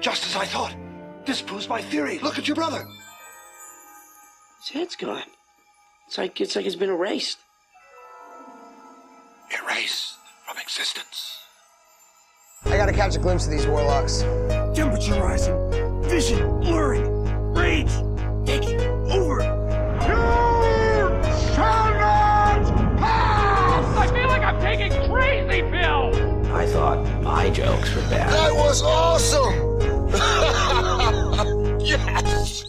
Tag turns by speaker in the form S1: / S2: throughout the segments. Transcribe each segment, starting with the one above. S1: Just as I thought. This proves my theory. Look at your brother.
S2: His head's gone. It's like it's like it's been erased.
S1: Erased from existence.
S3: I gotta catch a glimpse of these warlocks.
S4: Temperature rising, vision blurring, rage taking over.
S5: I feel like I'm taking crazy pills!
S6: I thought my jokes were bad.
S3: That was awesome! yes!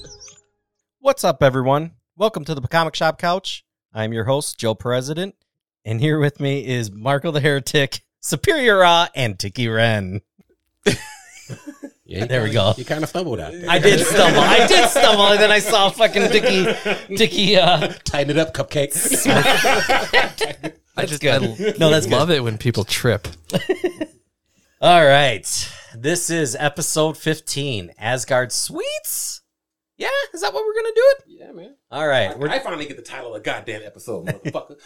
S7: What's up, everyone? Welcome to the Comic Shop Couch. I'm your host, Joe President, and here with me is Marco the Heretic, Superior Ra, and Tiki Ren.
S8: Yeah, you
S7: There we go.
S8: kinda- You kind of fumbled at it.
S7: I did stumble. I did stumble, and then I saw fucking Tiki. Tiki. Uh,
S8: Tighten it up, cupcake.
S7: I just
S9: no, that's love it when people trip.
S7: All right. This is episode 15, Asgard Sweets. Yeah, is that what we're gonna do it?
S8: yeah, man.
S7: All right. We're,
S8: I finally get the title of the goddamn episode,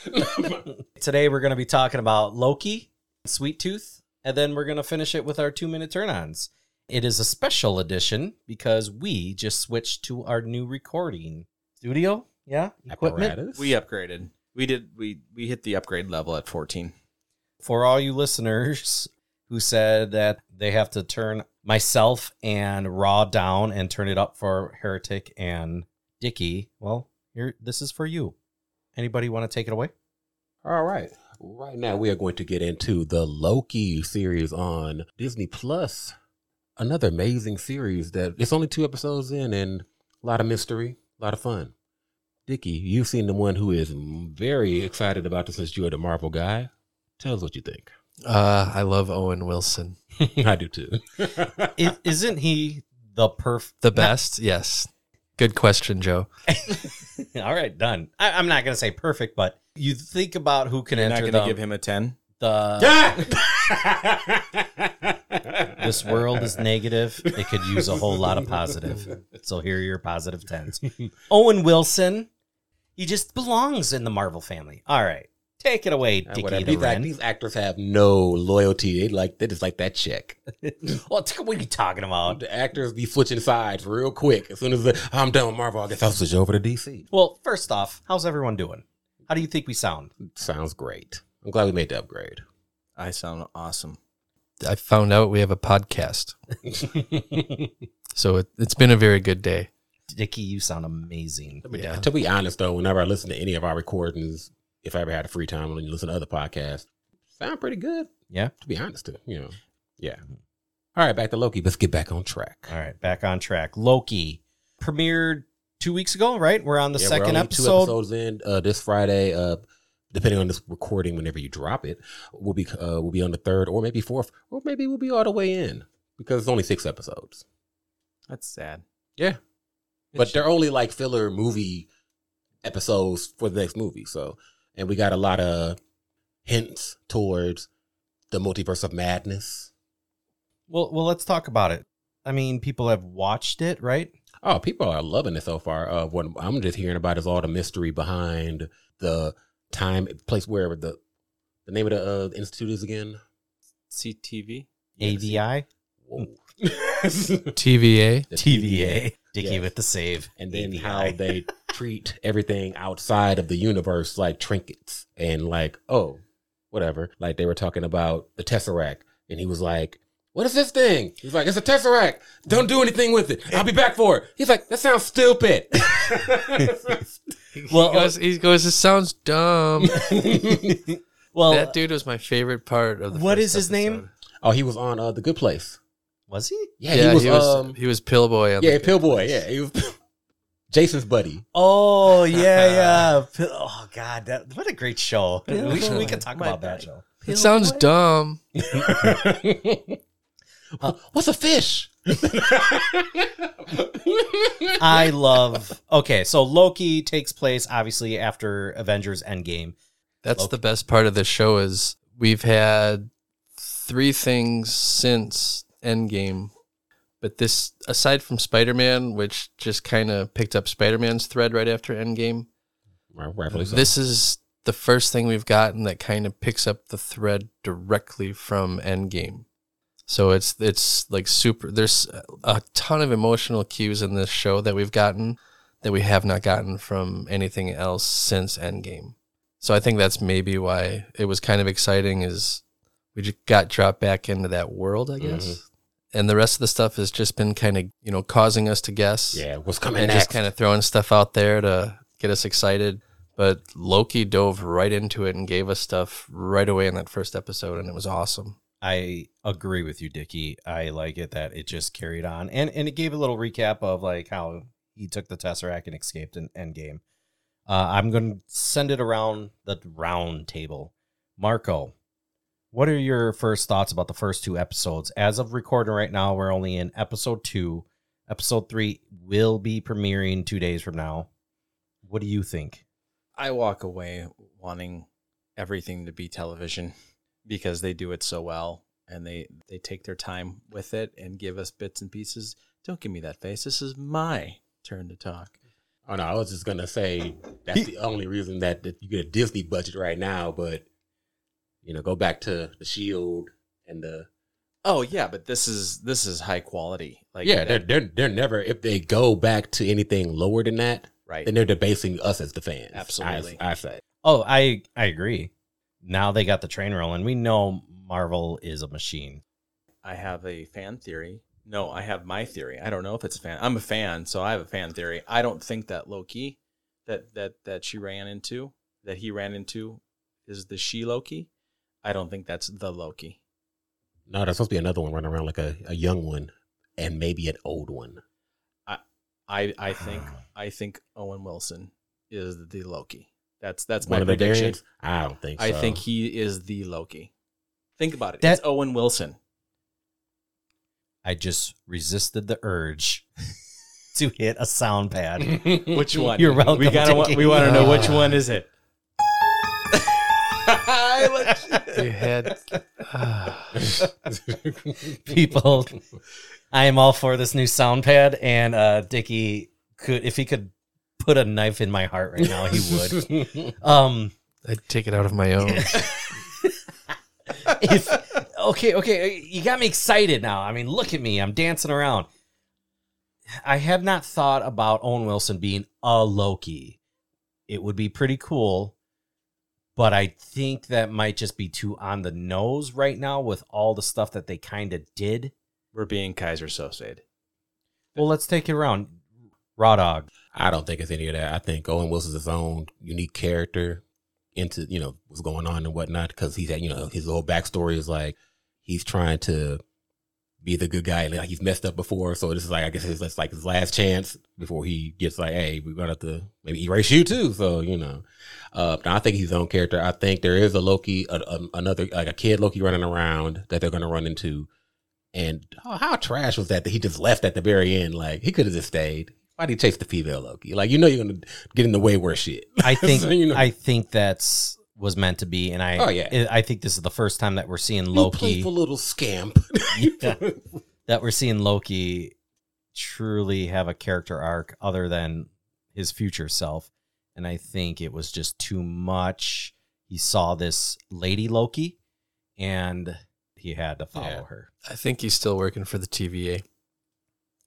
S8: motherfucker.
S7: today we're gonna be talking about Loki, Sweet Tooth, and then we're gonna finish it with our two minute turn ons. It is a special edition because we just switched to our new recording studio. Yeah, equipment.
S8: Apparatus.
S10: uh,
S9: We upgraded. We did. We we hit the upgrade level at fourteen.
S7: for all you listeners who said that they have to turn myself and Raw down and turn it up for Heretic and Dicky, well, here this is for you. Anybody want to take it away?
S8: All right. Right now, we are going to get into the Loki series on Disney Plus. Another amazing series that it's only two episodes in and a lot of mystery, a lot of fun. Dickie, you've seen the one who is very excited about this since you're the Marvel guy. Tell us what you think.
S9: Uh, I love Owen Wilson.
S8: I do too.
S7: is isn't he the perf?
S9: The best. Yes. Good question, Joe.
S7: all right, done. I, I'm not gonna say perfect, but you think about who can enter the,
S9: him a ten.
S7: the this world is negative. It could use a whole lot of positive. So here are your positive tens. Owen Wilson, he just belongs in the Marvel family. All right, take it away,
S8: Uh,
S7: Dickie the
S8: whatever. These, act-
S7: Wren.
S8: these actors have no loyalty. They like they just like that check.
S7: Well, t- what are you talking about?
S8: The actors be switching sides real quick. As soon as the, I'm done with Marvel, I guess I'll switch over to DC.
S7: Well, first off, how's everyone doing? How do you think we sound?
S8: Sounds great. I'm glad we made the upgrade.
S9: I sound awesome. I found out we have a podcast, so it, it's been a very good day.
S7: Dickie, you sound amazing.
S9: Yeah.
S8: To be honest though, whenever I listen to any of our recordings, if I ever had a free time and listen to other podcasts, sound pretty good.
S7: Yeah.
S8: To be honest, too, you know. Yeah. All right, back to Loki. Let's get back on track.
S7: All right, back on track. Loki premiered two weeks ago, right? We're on the
S8: Yeah, we're
S7: second
S8: only Two
S7: episode.
S8: episodes in uh, this Friday. Uh, depending on this recording, whenever you drop it, we'll be uh, we'll be on the third or maybe fourth, or maybe we'll be all the way in because it's only six episodes.
S9: That's sad.
S8: Yeah, but they're only like filler movie episodes for the next movie. So, and we got a lot of hints towards the multiverse of madness.
S7: Well, well, let's talk about it. I mean, people have watched it, right?
S8: Oh, people are loving it so far. Uh, what I'm just hearing about is all the mystery behind the time place where the the name of the uh, institute is again.
S9: CTV.
S7: AVI,
S8: Whoa.
S9: TVA.
S8: The
S7: TVA, Dicky
S8: Yes.
S7: with the save,
S8: And then
S7: AVI.
S8: how they treat everything outside of the universe like trinkets and like, oh, whatever. Like they were talking about the Tesseract. And he was like, what is this thing? He's like, it's a Tesseract. Don't do anything with it. I'll be back for it. He's like, that sounds stupid.
S9: Well, he goes, he goes. This sounds dumb.
S7: Well,
S9: that dude was my favorite part of the.
S7: What
S9: first
S7: is his name?
S9: episode.
S8: oh, he was on uh, The Good Place.
S7: was he?
S8: Yeah,
S9: Yeah, he was. He was,
S8: um,
S9: Pillboy. On
S8: yeah,
S9: the
S8: Pillboy. Yeah, he was Jason's buddy.
S7: Oh yeah, yeah. oh god, that, what a great show. we, should- we could talk
S9: My
S7: about
S9: bad.
S7: that show.
S9: It sounds dumb.
S8: What's a fish?
S7: I love. Okay, so Loki takes place obviously after Avengers Endgame.
S9: That's
S7: Okay.
S9: the best part of the show is we've had three things since Endgame. But this aside from Spider-Man, which just kind of picked up Spider-Man's thread right after Endgame,
S8: Rightfully so.
S9: this is the first thing we've gotten that kind of picks up the thread directly from Endgame. So it's it's like super. There's a ton of emotional cues in this show that we've gotten that we have not gotten from anything else since Endgame. So I think that's maybe why it was kind of exciting. Is we just got dropped back into that world,
S8: Mm-hmm.
S9: I guess. And the rest of the stuff has just been kind of you know causing us to guess
S8: Yeah, what's coming
S9: and
S8: next?
S9: just kind of throwing stuff out there to get us excited. But Loki dove right into it and gave us stuff right away in that first episode, and it was awesome.
S7: I agree with you, Dickie. I like it that it just carried on. And and it gave a little recap of like how he took the Tesseract and escaped in endgame. Uh, I'm gonna send it around the round table. Marco, what are your first thoughts about the first two episodes? As of recording right now, we're only in episode two. Episode three will be premiering two days from now. What do you think?
S10: I walk away wanting everything to be television because they do it so well and they they take their time with it and give us bits and pieces. Don't give me that face. This is my turn to talk.
S8: Oh no, I was just gonna say that's the only reason that, that you get a Disney budget right now, but you know, go back to the Shield and the
S10: Oh yeah, but this is this is high quality. Like
S8: yeah, they're,
S10: that-
S8: they're they're never if they go back to anything lower than that,
S10: right.
S8: then they're debasing us as the fans.
S10: Absolutely.
S8: I, I say
S7: Oh, I I agree. Now they got the train rolling. We know Marvel is a machine.
S10: I have a fan theory. No, I have my theory. I don't know if it's a fan. I'm a fan, so I have a fan theory. I don't think that Loki that that that she ran into, that he ran into is the she Loki. I don't think that's the Loki.
S8: no, there's supposed to be another one running around like a, a young one and maybe an old one.
S10: I I think I think Owen Wilson is the Loki. That's that's
S8: one
S10: my
S8: of the
S10: prediction.
S8: Darians? I don't think.
S10: I
S8: so.
S10: think he is the Loki. Think about it.
S7: That-
S10: it's Owen Wilson.
S7: I just resisted the urge to hit a sound pad.
S10: Which one?
S7: You're welcome,
S10: We gotta wa-
S7: Dickie.
S10: we want to know which one is it. I let you-
S9: You had ah,
S7: People, I am all for this new sound pad, and uh, Dickie could, if he could put a knife in my heart right now, he would. Um,
S9: I'd take it out of my own.
S7: if okay, okay, uh, you got me excited now. I mean, look at me, I'm dancing around. I have not thought about Owen Wilson being a Loki. It would be pretty cool, but I think that might just be too on the nose right now with all the stuff that they kind of did.
S10: We're being Kaiser Sosade.
S7: Well, let's take it around. Raw Dog.
S8: I don't think it's any of that. I think Owen Wilson's his own unique character into you know what's going on and whatnot because he's had you know his whole backstory is like he's trying to be the good guy and like he's messed up before, so this is like I guess it's like his last chance before he gets like, hey, we're gonna have to maybe erase you too. So you know, uh, now I think he's his own character. I think there is a Loki, a, a, another like a kid Loki running around that they're gonna run into. And how, how trash was that that he just left at the very end? Like he could have just stayed. Why did he chase the female Loki? Like you know you're gonna get in the way worse shit.
S7: I think
S8: So, you know.
S7: I think that's was meant to be, and I
S8: Oh, yeah.
S7: I think this is the first time that we're seeing
S8: You
S7: Loki
S8: playful little scamp.
S7: Yeah. that we're seeing Loki truly have a character arc other than his future self. And I think it was just too much. He saw this lady Loki and he had to follow
S8: Yeah.
S7: her.
S9: I think he's still working for the TVA.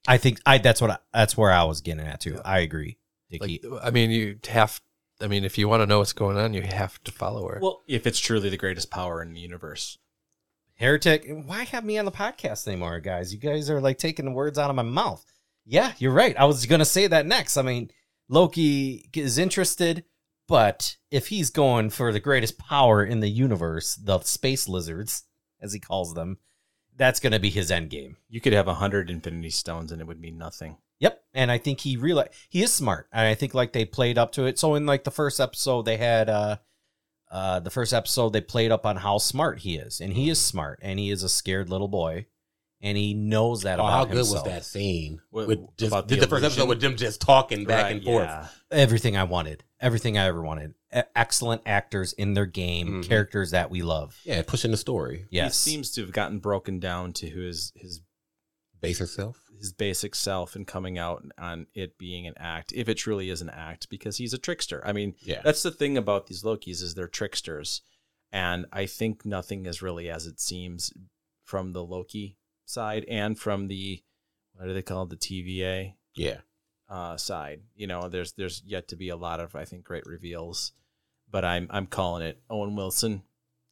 S7: I think I that's what I, that's where I was getting at too. I agree. Dickie.
S9: Like, I mean, you have. I mean, if you want to know what's going on, you have to follow her.
S10: Well, if it's truly the greatest power in the universe,
S7: Heretic, why have me on the podcast anymore, guys? You guys are like taking the words out of my mouth. Yeah, you're right. I was going to say that next. I mean, Loki is interested, but if he's going for the greatest power in the universe, the space lizards, as he calls them, that's going to be his end game.
S10: you could have a hundred Infinity Stones and it would mean nothing.
S7: Yep, and I think he realized he is smart, and I think like they played up to it. So in like the first episode, they had uh, uh, the first episode they played up on how smart he is, and he is smart, and he is a scared little boy, and he knows that.
S8: Oh,
S7: about
S8: how good
S7: himself.
S8: was that scene?
S10: What-
S8: with just,
S10: about
S8: the,
S10: the
S8: first
S10: illusion?
S8: episode with them just talking back
S10: Right,
S8: and forth.
S10: yeah.
S7: Everything I wanted, everything I ever wanted. E- excellent actors in their game,
S8: Mhm.
S7: characters that we love.
S8: Yeah, pushing the story.
S7: Yes,
S10: He seems to have gotten broken down to his his
S8: Base herself.
S10: his basic self and coming out on it being an act, if it truly is an act, because he's a trickster. I mean,
S8: Yeah.
S10: that's the thing about these Lokis is they're tricksters, and I think nothing is really as it seems from the Loki side and from the what do they call it, the TVA
S8: Yeah.
S10: uh, side. You know, there's there's yet to be a lot of I think great reveals, but I'm I'm calling it Owen Wilson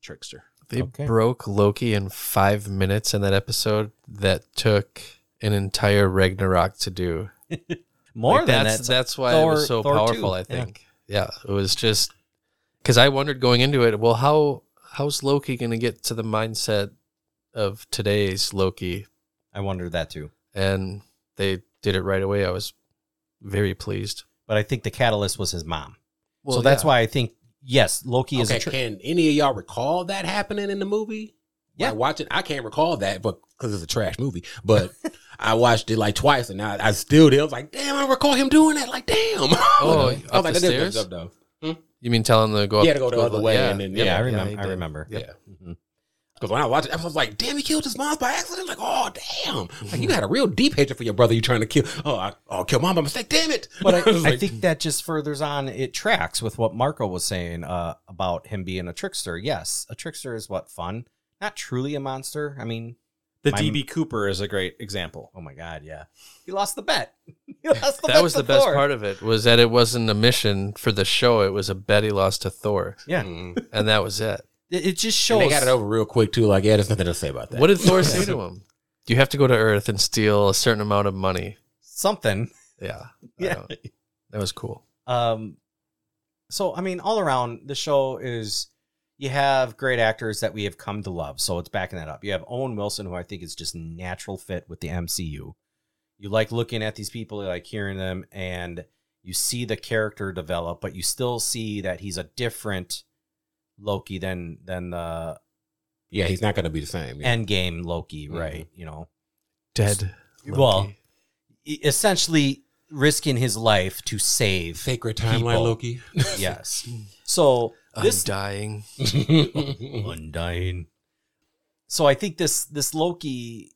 S10: trickster.
S9: They
S7: Okay.
S9: broke Loki in five minutes in that episode that took an entire Ragnarok to do.
S7: More
S9: Like,
S7: than
S9: that's,
S7: that.
S9: That's why it
S7: Thor-
S9: was so
S7: Thor
S9: powerful.
S7: 2,
S9: I
S7: yeah.
S9: think. Yeah. it was just because I wondered going into it. Well, how how's Loki going to get to the mindset of today's Loki?
S7: I wondered that too.
S9: And they did it right away. I was very pleased.
S7: But I think the catalyst was his mom.
S9: Well,
S7: so that's
S9: yeah.
S7: why I think yes, Loki is
S8: okay,
S7: a trick.
S8: can any of y'all recall that happening in the movie?
S7: Yeah.
S8: Like watching, I can't recall that, but because it's a trash movie. But I watched it like twice, and I, I still did. I was like, damn, I don't recall him doing that. Like, damn.
S9: Oh,
S8: I was
S9: up
S8: like,
S9: the
S8: that is
S9: stairs?
S8: messed up, though.
S9: You mean telling them to go up?
S8: He had to go the other way,
S9: yeah.
S8: and then
S7: Yeah,
S8: yeah,
S7: I remember.
S9: he
S7: I
S9: did.
S7: remember.
S8: yeah.
S7: Mhm.
S8: Because when I watched it, I was like, damn, he killed his mom by accident. Like, oh, damn. Like, you had a real deep hatred for your brother you trying to kill. Oh, I, oh kill mom by mistake. Damn it.
S7: But I,
S8: was
S7: I
S8: like,
S7: think that just furthers on. It tracks with what Marco was saying uh, about him being a trickster. Yes, a trickster is what fun, not truly a monster. I mean,
S10: The
S7: My-
S10: DB Cooper is a great example.
S7: oh my god, yeah, he lost the bet. He lost the
S9: That
S7: bet
S9: was
S7: to
S9: the best
S7: Thor.
S9: part of it was that it wasn't a mission for the show. It was a bet he lost to Thor,
S7: Yeah,
S8: Mm.
S9: and that was it.
S7: it, it just
S8: And
S7: shows.
S8: they got it over real quick, too. Like, yeah, there's nothing to say about that.
S9: What did Thor say to him? You have to go to Earth and steal a certain amount of money.
S7: something.
S9: Yeah. I
S7: Yeah.
S9: don't- That was cool.
S7: Um, so I mean, all around the show is you have great actors that we have come to love. So it's backing that up. You have Owen Wilson, who I think is just natural fit with the MCU. You like looking at these people, you like hearing them, and you see the character develop, but you still see that he's a different Loki than than the
S8: Yeah, he's not going to be the same. Yeah.
S7: Endgame Loki, right? You know,
S9: Dead.
S7: well, e- essentially risking his life to save
S8: Sacred
S7: timeline,
S8: timeline,
S7: people.
S8: Loki.
S7: Yes. So this
S9: Undying.
S7: undying. So I think this this Loki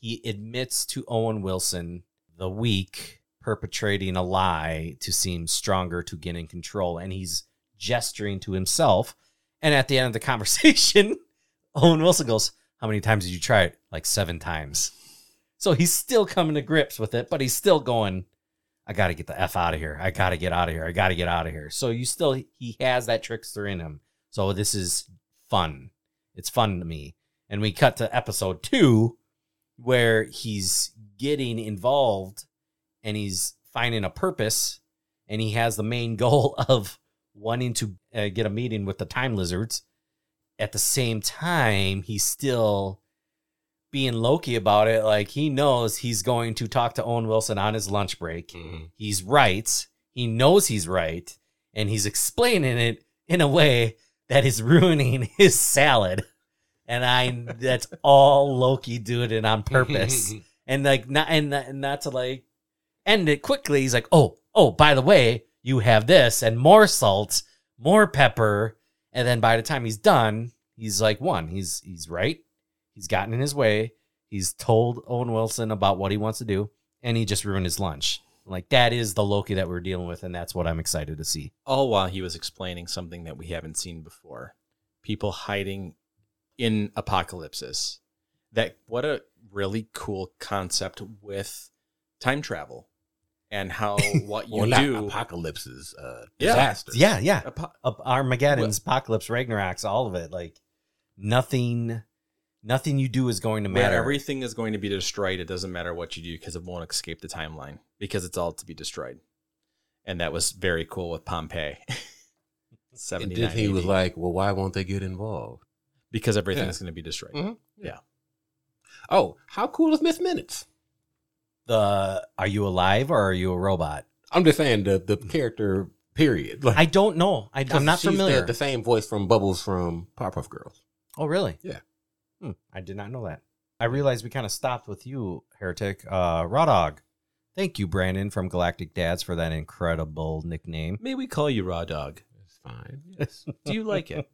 S7: he admits to Owen Wilson the weak perpetrating a lie to seem stronger to get in control and he's gesturing to himself and at the end of the conversation Owen Wilson goes how many times did you try it like 7 times so he's still coming to grips with it but he's still going I got to get the f out of here I got to get out of here I got to get out of here so you still he has that trickster in him so this is fun. It's fun to me. And we cut to episode two where he's getting involved and he's finding a purpose and he has the main goal of wanting to uh, get a meeting with the time lizards. At the same time, he's still being Loki about it. Like he knows he's going to talk to Owen Wilson on his lunch break he's right. He knows he's right, and he's explaining it in a way that is ruining his salad. And I, that's all Loki doing it on purpose. and like, not and not, and not to like end it quickly. He's like, oh, oh, by the way, you have this and more salt, more pepper, and then by the time he's done, he's like, one, he's he's right. He's gotten in his way. He's told Owen Wilson about what he wants to do, and he just ruined his lunch. Like that is the Loki that we're dealing with, and that's what I'm excited to see.
S10: All while he was explaining something that we haven't seen before. People hiding in apocalypses. That what a really cool concept with time travel and how what you
S8: Or not
S10: do
S8: apocalypses, uh,
S10: Yeah.
S8: disasters.
S7: Yeah, yeah.
S10: Apo-
S7: Up Armageddon's, Apocalypse, Ragnarok's, all of it. Like nothing, nothing you do is going to
S10: where
S7: matter.
S10: everything is going to be destroyed. It doesn't matter what you do because it won't escape the timeline because it's all to be destroyed. And that was very cool with Pompeii.
S8: And
S10: 79
S8: Disney was
S10: AD.
S8: like, well, why won't they get involved?
S10: because everything's
S8: Yeah.
S10: going to be destroyed.
S8: Mhm.
S10: Yeah.
S8: Oh, how cool is Miss Minutes?
S7: the Are you alive or are you a robot?
S8: I'm just saying the the character period. Like,
S7: I don't know. I, I'm not
S8: she's the-
S7: familiar.
S8: The, same voice from Bubbles from Powerpuff Girls.
S7: Oh, really?
S8: Yeah.
S7: Hmm, I did not know that. I realized we kind of stopped with you, Heretic. Uh, Raw Dog. Thank you, Brandon from Galactic Dads, for that incredible nickname.
S10: May we call you Raw Dog?
S8: It's fine. Yes.
S10: Do you like it?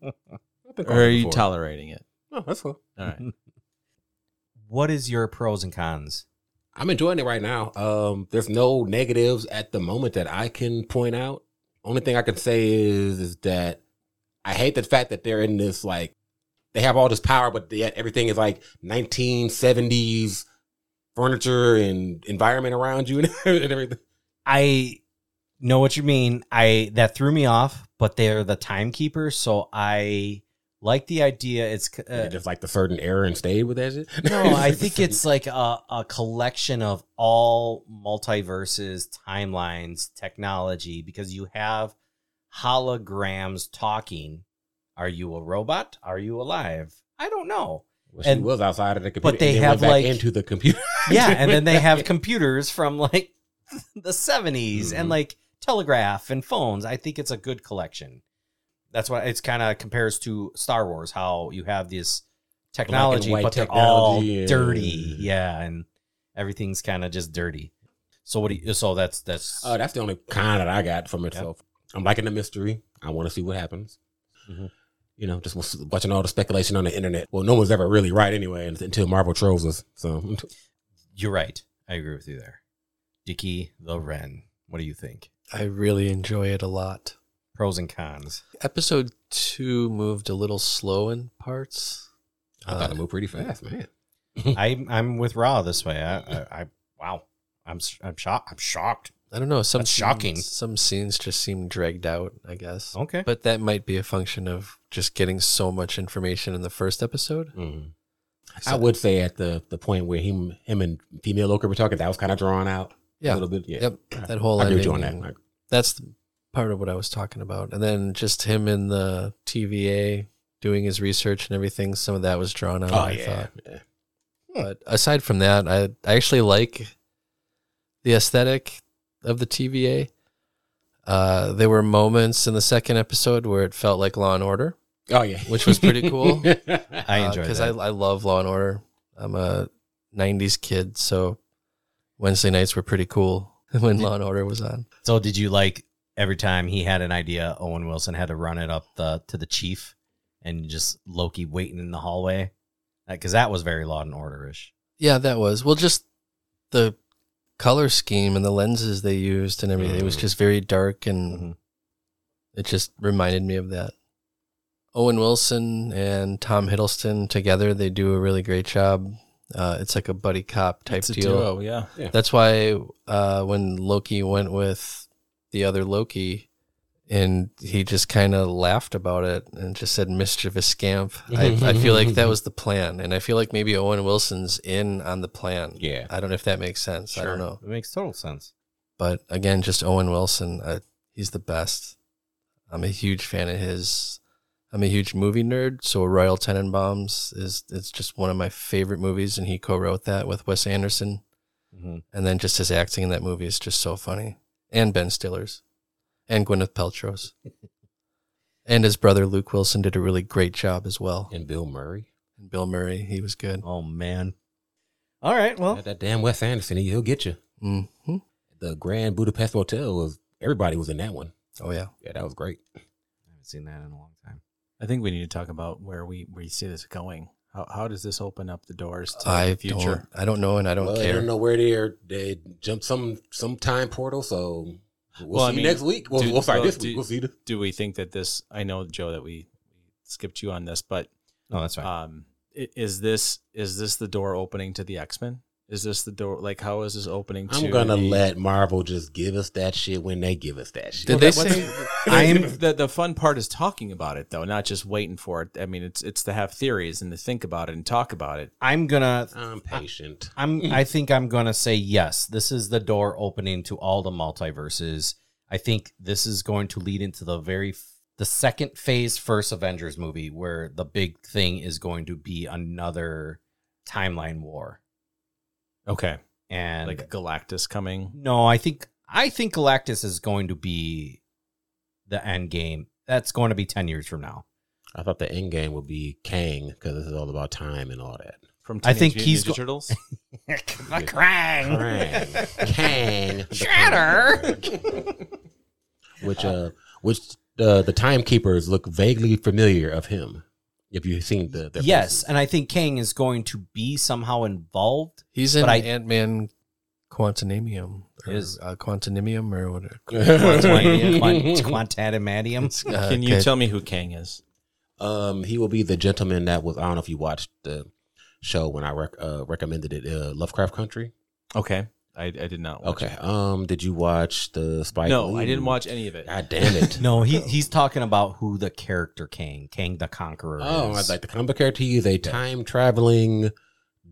S8: I've been
S10: or are you
S8: before.
S10: tolerating it?
S8: No, that's cool.
S10: All right.
S7: What is your pros and cons?
S8: I'm enjoying it right now. Um, there's no negatives at the moment that I can point out. Only thing I can say is is that I hate the fact that they're in this like they have all this power, but yet everything is like 1970s furniture and environment around you and everything.
S7: I know what you mean. I that threw me off, but they're the timekeepers, so I like the idea. It's c-
S8: They
S7: uh,
S8: just like the certain era and stayed with that shit.
S7: no, I think it's like a, a collection of all multiverses, timelines, technology, because you have holograms talking. Are you a robot? Are you alive? I don't know.
S8: Well, she
S7: and-
S8: was outside of the computer.
S7: but they
S8: and then
S7: have,
S8: went back
S7: like-
S8: into the computer.
S7: Yeah, and then they have computers from like the 70s and
S8: Mhm.
S7: like telegraph and phones. I think it's a good collection. That's why it's kind of compares to Star Wars, how you have this technology,
S8: white
S7: but they're all
S8: technology, yeah.
S7: dirty. Yeah, and everything's kind of just dirty. So what do you? So that's that's.
S8: Uh, that's the only kind that I got from itself. I'm liking the mystery. I want to see what happens.
S7: Mhm.
S8: You know, just was watching all the speculation on the internet. Well, no one's ever really right anyway until Marvel trolls us. So
S7: you're right. I agree with you there, Dicky the Wren. What do you think?
S9: I really enjoy it a lot.
S7: Pros and cons.
S9: Episode two moved a little slow in parts.
S8: I thought it moved pretty fast, man.
S7: I'm I'm with Raw this way. I I, I wow. I'm s- I'm shocked. I'm shocked.
S9: I don't know. Some
S7: That's shocking. Oh.
S9: scenes- some scenes just seem dragged out. I guess.
S7: Okay.
S9: But that might be a function of just getting so much information in the first episode.
S7: Mm-hmm.
S8: I would say at the the point where him him and female Loki were talking, that was kind of drawn out
S9: Yeah.
S8: a little bit. Yeah.
S9: Yep. That whole
S8: I agree with
S9: ending.
S8: you on that. Like,
S9: That's the part of what I was talking about. And then just him in the TVA doing his research and everything. Some of that was drawn out.
S8: oh
S9: I
S8: yeah.
S9: thought.
S8: yeah.
S9: But aside from that, I, I actually like the aesthetic of the TVA. Uh, there were moments in the second episode where it felt like Law and Order.
S8: Oh yeah.
S9: Which was pretty cool.
S7: I enjoyed
S9: because
S7: that.
S9: Uh, I, I love Law and Order. I'm a '90s kid, so Wednesday nights were pretty cool when Law and Order was on.
S7: So did you like every time he had an idea, Owen Wilson had to run it up the to the chief and just Loki waiting in the hallway? Because that was very Law and Order ish.
S9: Yeah, that was well, just the color scheme and the lenses they used and everything. It was
S10: Mm.
S8: Mhm.
S9: just very dark, and
S10: Mm-hmm.
S7: Mhm.
S9: it just reminded me of that. Owen Wilson and Tom Hiddleston together, they do a really great job. Uh, it's like a buddy cop type
S10: It's a
S9: deal.
S10: duo, yeah.
S9: That's why uh, when Loki went with the other Loki, and he just kind of laughed about it and just said mischievous scamp. I, I feel like that was the plan, and I feel like maybe Owen Wilson's in on the plan.
S8: Yeah.
S9: I don't know if that makes sense. I don't know,
S7: It makes total sense.
S9: but again, just Owen Wilson, uh, he's the best. I'm a huge fan of his. I'm a huge movie nerd, so Royal Tenenbaums is it's just one of my favorite movies, and he co-wrote that with Wes Anderson and then just his acting in that movie is just so funny. And Ben Stiller's, and Gwyneth Paltrow's, and his brother Luke Wilson did a really great job as well.
S8: And Bill Murray.
S9: And Bill Murray, he was good.
S7: Oh man. All right. Well,
S8: That, that damn Wes Anderson, he, he'll get you.
S9: hmm
S8: The Grand Budapest Hotel was everybody was in that one.
S9: Oh yeah,
S8: Yeah, that was great.
S7: I haven't seen that in a long time.
S10: I think we need to talk about where we where you see this going. How how does this open up the doors to
S9: I
S10: the future?
S9: don't, I don't know, and I don't
S8: Well, I
S9: care.
S8: don't know where they're. They jumped some some time portal, so we'll,
S10: Well, I
S8: see you
S10: mean,
S8: next week. We'll,
S10: do-
S8: we'll sorry
S10: well,
S8: this
S10: do-
S8: week. We'll see. The,
S10: Do we think that this? I know Joe that we skipped you on this, but
S7: No, that's fine.
S10: um, i- is this is this the door opening to the X Men? Is this the door? Like, how is this opening?
S8: I'm
S10: to
S8: gonna
S10: the-
S8: let Marvel just give us that shit when they give us that shit.
S9: Did they say?
S7: I'm
S10: the the fun part is talking about it though, not just waiting for it. I mean, it's it's to have theories and to think about it and talk about it.
S7: I'm gonna
S8: I'm patient.
S7: I'm I think I'm going to say yes. This is the door opening to all the multiverses. I think this is going to lead into the very f- the second phase first Avengers movie where the big thing is going to be another timeline war.
S10: Okay,
S7: And
S10: like Galactus coming.
S7: no, I think I think Galactus is going to be the end game. That's going to be 10 years from now.
S8: I thought the end game would be Kang because this is all about time and all that.
S10: From
S7: I think
S10: Teenage
S7: he's
S10: Mutant Ninja
S7: go-
S10: turtles.
S8: Krang. Kang. Shatter. which uh, which uh, the timekeepers look vaguely familiar of him. If you've seen the, the
S7: yes, and I think Kang is going to be somehow involved
S9: He's in
S7: But I-
S9: Ant Man, Quantanimium, or,
S7: Is-
S9: uh, Quantanimium or whatever.
S7: Quantum- quantum- Quantum Adium.
S9: It's, uh,
S10: Can you
S9: okay.
S10: tell me who Kang is?
S8: Um, he will be the gentleman that was. I don't know if you watched the show when I rec- uh, recommended it. Uh, Lovecraft Country.
S10: Okay. I, I did not watch
S8: Okay.
S10: it.
S8: Um, did you watch the Spike?
S10: no, I
S8: Lee-
S10: didn't watch any of it.
S8: God damn it!
S7: No, he he's talking about who the character Kang, Kang the Conqueror.
S8: Oh,
S7: is.
S8: I'd like to come back here to you. Is a time traveling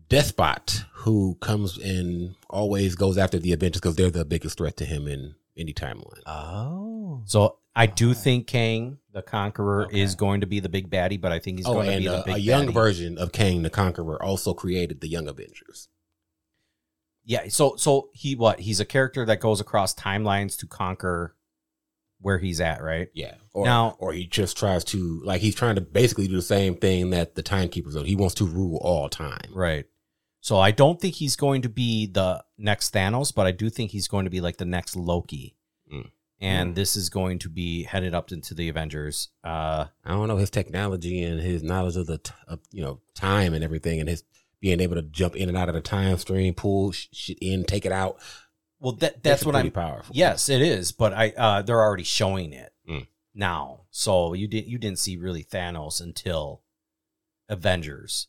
S8: despot who comes and always goes after the Avengers because they're the biggest threat to him in any timeline.
S10: Oh.
S7: So I do think Kang the Conqueror
S10: Okay.
S7: is going to be the big baddie, but I think he's
S8: oh,
S7: going to
S8: and
S7: be the
S8: uh,
S7: big
S8: a young
S7: baddie.
S8: version of Kang the Conqueror also created the Young Avengers.
S7: Yeah. So so he what? He's a character that goes across timelines to conquer where he's at, right?
S8: Yeah. Or,
S7: Now-
S8: or he just tries to like he's trying to basically do the same thing that the timekeepers do. He wants to rule all time.
S7: Right. So I don't think he's going to be the next Thanos, but I do think he's going to be like the next Loki.
S8: Mm.
S7: And this is going to be headed up into the Avengers. Uh
S8: I don't know his technology and his knowledge of the t- of, you know time and everything, and his being able to jump in and out of the time stream, pull sh- shit in, take it out.
S7: well that that's
S8: It's
S7: what
S8: pretty
S7: I'm
S8: powerful.
S7: Yes, it is, but I uh they're already showing it
S8: Mm.
S7: now. So you didn't you didn't see really Thanos until Avengers.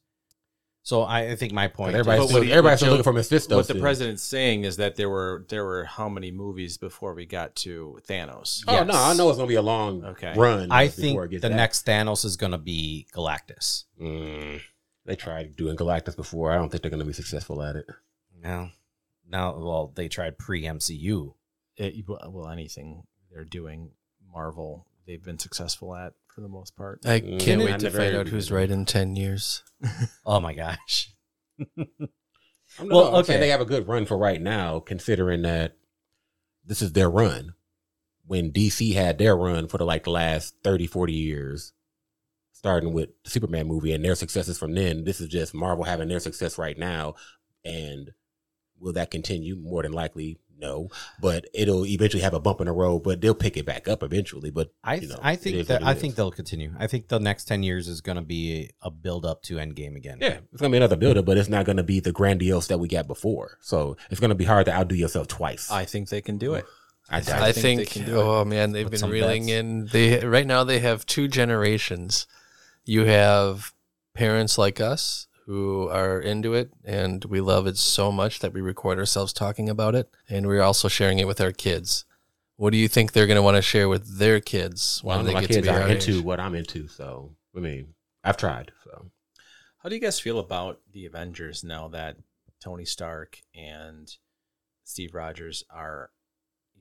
S7: So I, I think my
S8: But
S7: point
S8: everybody's
S10: But
S7: is-
S8: still,
S10: what-
S8: everybody's
S10: what
S8: still
S10: Joe-
S8: looking for Mephisto.
S10: what the
S8: still.
S10: president's saying is that there were there were how many movies before we got to Thanos?
S8: Oh no, I know it's gonna be a long
S10: Okay.
S8: run.
S7: I
S8: before
S7: think
S8: it
S7: the
S8: gets that.
S7: next Thanos is going to be Galactus.
S8: Mm, they tried doing Galactus before. I don't think they're gonna be successful at it.
S7: Now, now, well, they tried pre MCU.
S10: It- Eh, well, anything they're doing, Marvel, they've been successful at for the most part.
S9: I
S8: Mm,
S9: can't
S8: I
S9: wait to
S8: never
S9: find
S8: heard
S9: out
S8: of
S9: who's
S8: that.
S9: right in 10 years.
S7: Oh my gosh!
S8: I'm
S7: Well,
S8: well, okay.
S7: okay.
S8: they have a good run for right now, considering that this is their run. When DC had their run for the like the last 30, 40 years, starting with the Superman movie and their successes from then, this is just Marvel having their success right now. And will that continue? More than likely, no. But it'll eventually have a bump in the road, but they'll pick it back up eventually. But
S7: I
S8: You know,
S7: I
S8: it
S7: think
S8: is
S7: that
S8: what it
S7: I
S8: is.
S7: think they'll continue. I think the next ten years is going to be a build up to Endgame again.
S8: yeah, it's gonna be another builder, but it's not gonna be the grandiose that we got before. So it's gonna be hard to outdo yourself twice.
S10: I think they can do it.
S8: I,
S9: I,
S10: I think they
S9: think,
S10: can do it.
S9: oh man, they've
S7: With
S9: been
S7: some
S9: reeling
S7: bets.
S9: in. They right now they have two generations. You have parents like us who are into it and we love it so much that we record ourselves talking about it and we're also sharing it with our kids. What do you think they're going to want to share with their kids
S8: Well, I
S9: when
S8: know
S9: they
S8: my
S9: get to
S8: kids
S9: be
S8: are
S9: our
S8: into
S9: age?
S8: what I'm into, so I mean, I've tried. So
S10: How do you guys feel about the Avengers now that Tony Stark and Steve Rogers are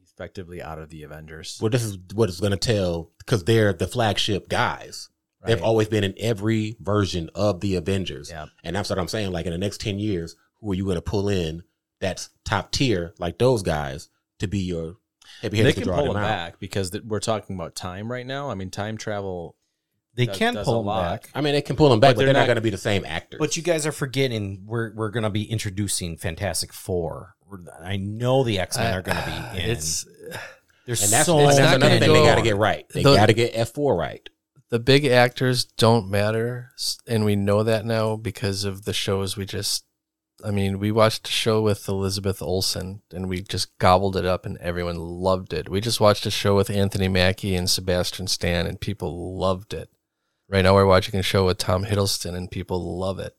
S10: effectively out of the Avengers?
S8: well, this is what it's going to tell because they're the flagship guys. They've
S10: right?
S8: always been in every version of the Avengers,
S10: Yep.
S8: and that's what I'm saying. Like in the next ten years, who are you going to pull in that's top tier, like those guys, to be your heavy
S10: They
S8: hitters to
S10: can
S8: draw
S10: pull
S8: them
S10: them
S8: out?
S10: back because th- we're talking about time right now. I mean, time travel.
S7: They
S10: Does-
S7: can
S10: does a
S7: pull 'em
S10: lot.
S7: back.
S8: I mean, they can pull them back,
S10: But
S8: but,
S10: they're
S8: they're, not,
S10: not-
S8: going to be the same actors.
S7: But you guys are forgetting we're we're gonna be introducing Fantastic Four. We're- I know the X Men
S9: I- uh,
S7: are gonna
S8: Uh,
S7: be in.
S9: It's
S7: There's
S8: and that's,
S7: so
S8: and
S9: not
S8: that's another
S9: gonna
S8: thing they
S9: go-
S8: got to get right. They
S9: the-
S8: got to get F4 right.
S9: the big actors don't matter s- and we know that now because of the shows we just I mean, we watched a show with Elizabeth Olsen and we just gobbled it up and everyone loved it. We just watched a show with Anthony Mackie and Sebastian Stan and people loved it. Right now we're watching a show with Tom Hiddleston and people love it.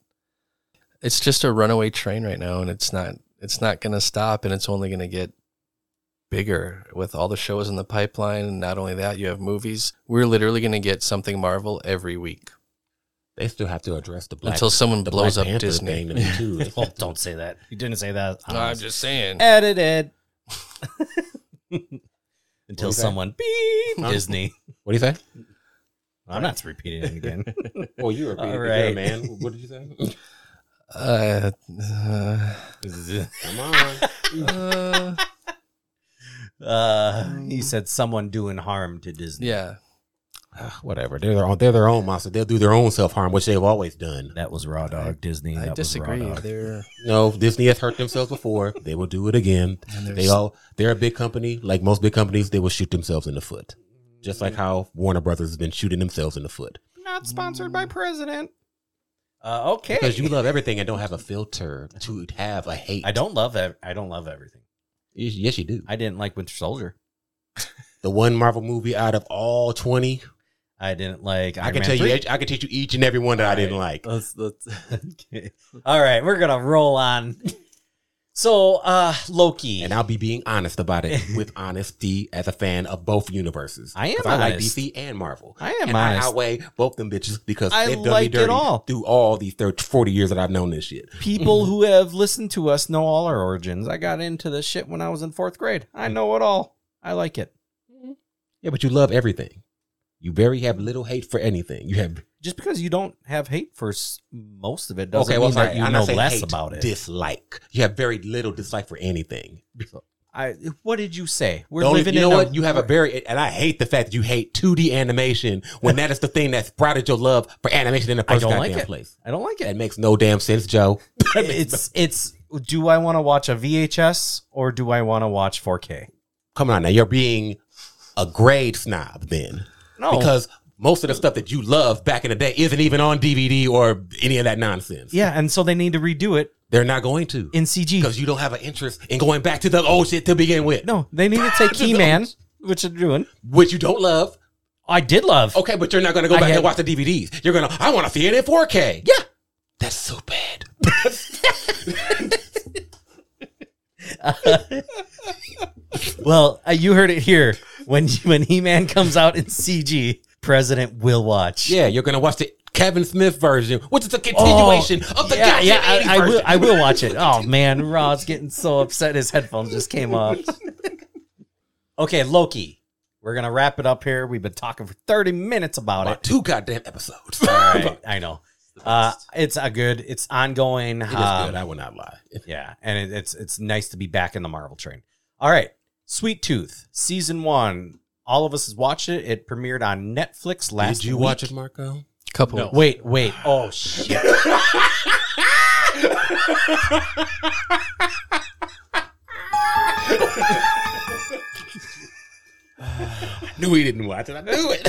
S9: It's just a runaway train right now and it's not it's not going to stop and it's only going to get bigger with all the shows in the pipeline and not only that you have movies. We're literally going to get something Marvel every week.
S8: They still have to address the black
S9: Until someone
S8: the
S9: blows
S8: Black
S9: up
S8: Panther
S9: Disney.
S8: thing to me, too. It's
S7: Oh, don't say that. You didn't say that.
S9: I'm just saying.
S7: edited until
S8: you say?
S7: someone beep
S8: Huh?
S7: Disney.
S8: what do you say?
S7: I'm not repeating it again.
S8: Well, you repeated
S7: All
S8: it,
S7: right.
S8: yeah, man. What did you say?
S9: Uh, uh,
S8: Come on.
S9: uh,
S7: uh, he
S8: Mm.
S7: said someone doing harm to Disney.
S9: yeah.
S8: Ah, Whatever. They're their own, they're their own monster. They'll do their own self harm, which they've always done.
S7: That was raw dog Disney.
S9: I
S7: that
S9: disagree.
S7: Was raw dog.
S9: They're
S8: No, Disney has hurt themselves before. They will do it again.
S9: and
S8: They all they're a big company. Like most big companies, they will shoot themselves in the foot. Just like how Warner Brothers has been shooting themselves in the foot.
S7: Not sponsored by president. Uh, okay.
S8: Mm. Because you love everything and don't have a filter to have a hate.
S7: I don't love. Ev- I don't love everything.
S8: Yes, yes, you do.
S7: I didn't like Winter Soldier.
S8: The one Marvel movie out of all 20
S7: I didn't like.
S8: I
S7: Iron
S8: can
S7: Man
S8: tell
S7: 3.
S8: you, I can teach you each and every one that I didn't like.
S10: Let's let's.
S7: okay. All right, we're gonna roll on. So, uh, Loki.
S8: And I'll be being honest about it with honesty as a fan of both universes.
S7: I am
S8: 'Cause I like
S7: honest.
S8: DC and Marvel.
S7: I am
S8: and
S7: honest.
S8: I outweigh both them bitches because
S7: I
S8: they've done
S7: like it
S8: me dirty
S7: all.
S8: through all these 30, 40 years that I've known this shit.
S7: people who have listened to us know all our origins. I got into this shit when I was in fourth grade. I know it all. I like it.
S8: Yeah, but you love everything. You very have little hate for anything. You have
S7: Just because you don't have hate for s- most of it doesn't mean that
S8: sorry,
S7: you
S8: I'm not
S7: know
S8: saying
S7: less
S8: hate,
S7: about it.
S8: Dislike. You have very little dislike for anything.
S7: I, what did you say? We're
S8: The only-
S7: living
S8: e- you
S7: in
S8: know
S7: a-
S8: what? You have a very and I hate the fact that you hate 2D animation when that is the thing that's sprouted your love for animation in the
S7: I
S8: first
S7: don't
S8: goddamn
S7: like it.
S8: place.
S7: I don't like
S8: That
S7: it.
S8: makes no damn sense, Joe.
S7: It's it's. Do I want to watch a VHS or do I want to watch 4K?
S8: Come on now, you're being a grade snob then.
S7: No,
S8: Because most of the stuff that you loved back in the day isn't even on DVD or any of that nonsense.
S7: yeah, and so they need to redo it
S8: They're not going to.
S7: in CG.
S8: Because you don't have an interest in going back to the old shit to begin with.
S7: No, they need to take
S8: Just-
S7: Key Man, which Oh. they're doing.
S8: Which you don't love.
S7: I did love.
S8: Okay, but you're not going to go
S7: I
S8: back
S7: had-
S8: and watch the DVDs. You're going to, I want to see it in 4K. Yeah. That's so bad.
S7: Well, uh, you heard it here. When when He Man comes out in CG, President will watch.
S8: Yeah, you're going to watch the Kevin Smith version, which is a continuation of the
S7: Oh, yeah,
S8: goddamn
S7: yeah. I,
S8: 80s
S7: I will.
S8: version.
S7: I will watch it. Oh man, Rod's getting so upset. His headphones just came off. Okay, Loki. We're gonna wrap it up here. We've been talking for thirty minutes about
S8: About
S7: it.
S8: two goddamn episodes.
S7: All right, I know. Uh, it's a good. It's ongoing.
S8: It is
S7: um,
S8: good. I will not lie.
S7: Yeah, and it, it's it's nice to be back in the Marvel train. All right, Sweet Tooth season one. All of us has watched it. It premiered on Netflix last.
S8: Did you
S7: week.
S8: watch it, Marco?
S9: Couple.
S7: Wait, wait. Oh shit!
S8: No, he didn't watch it. I knew it.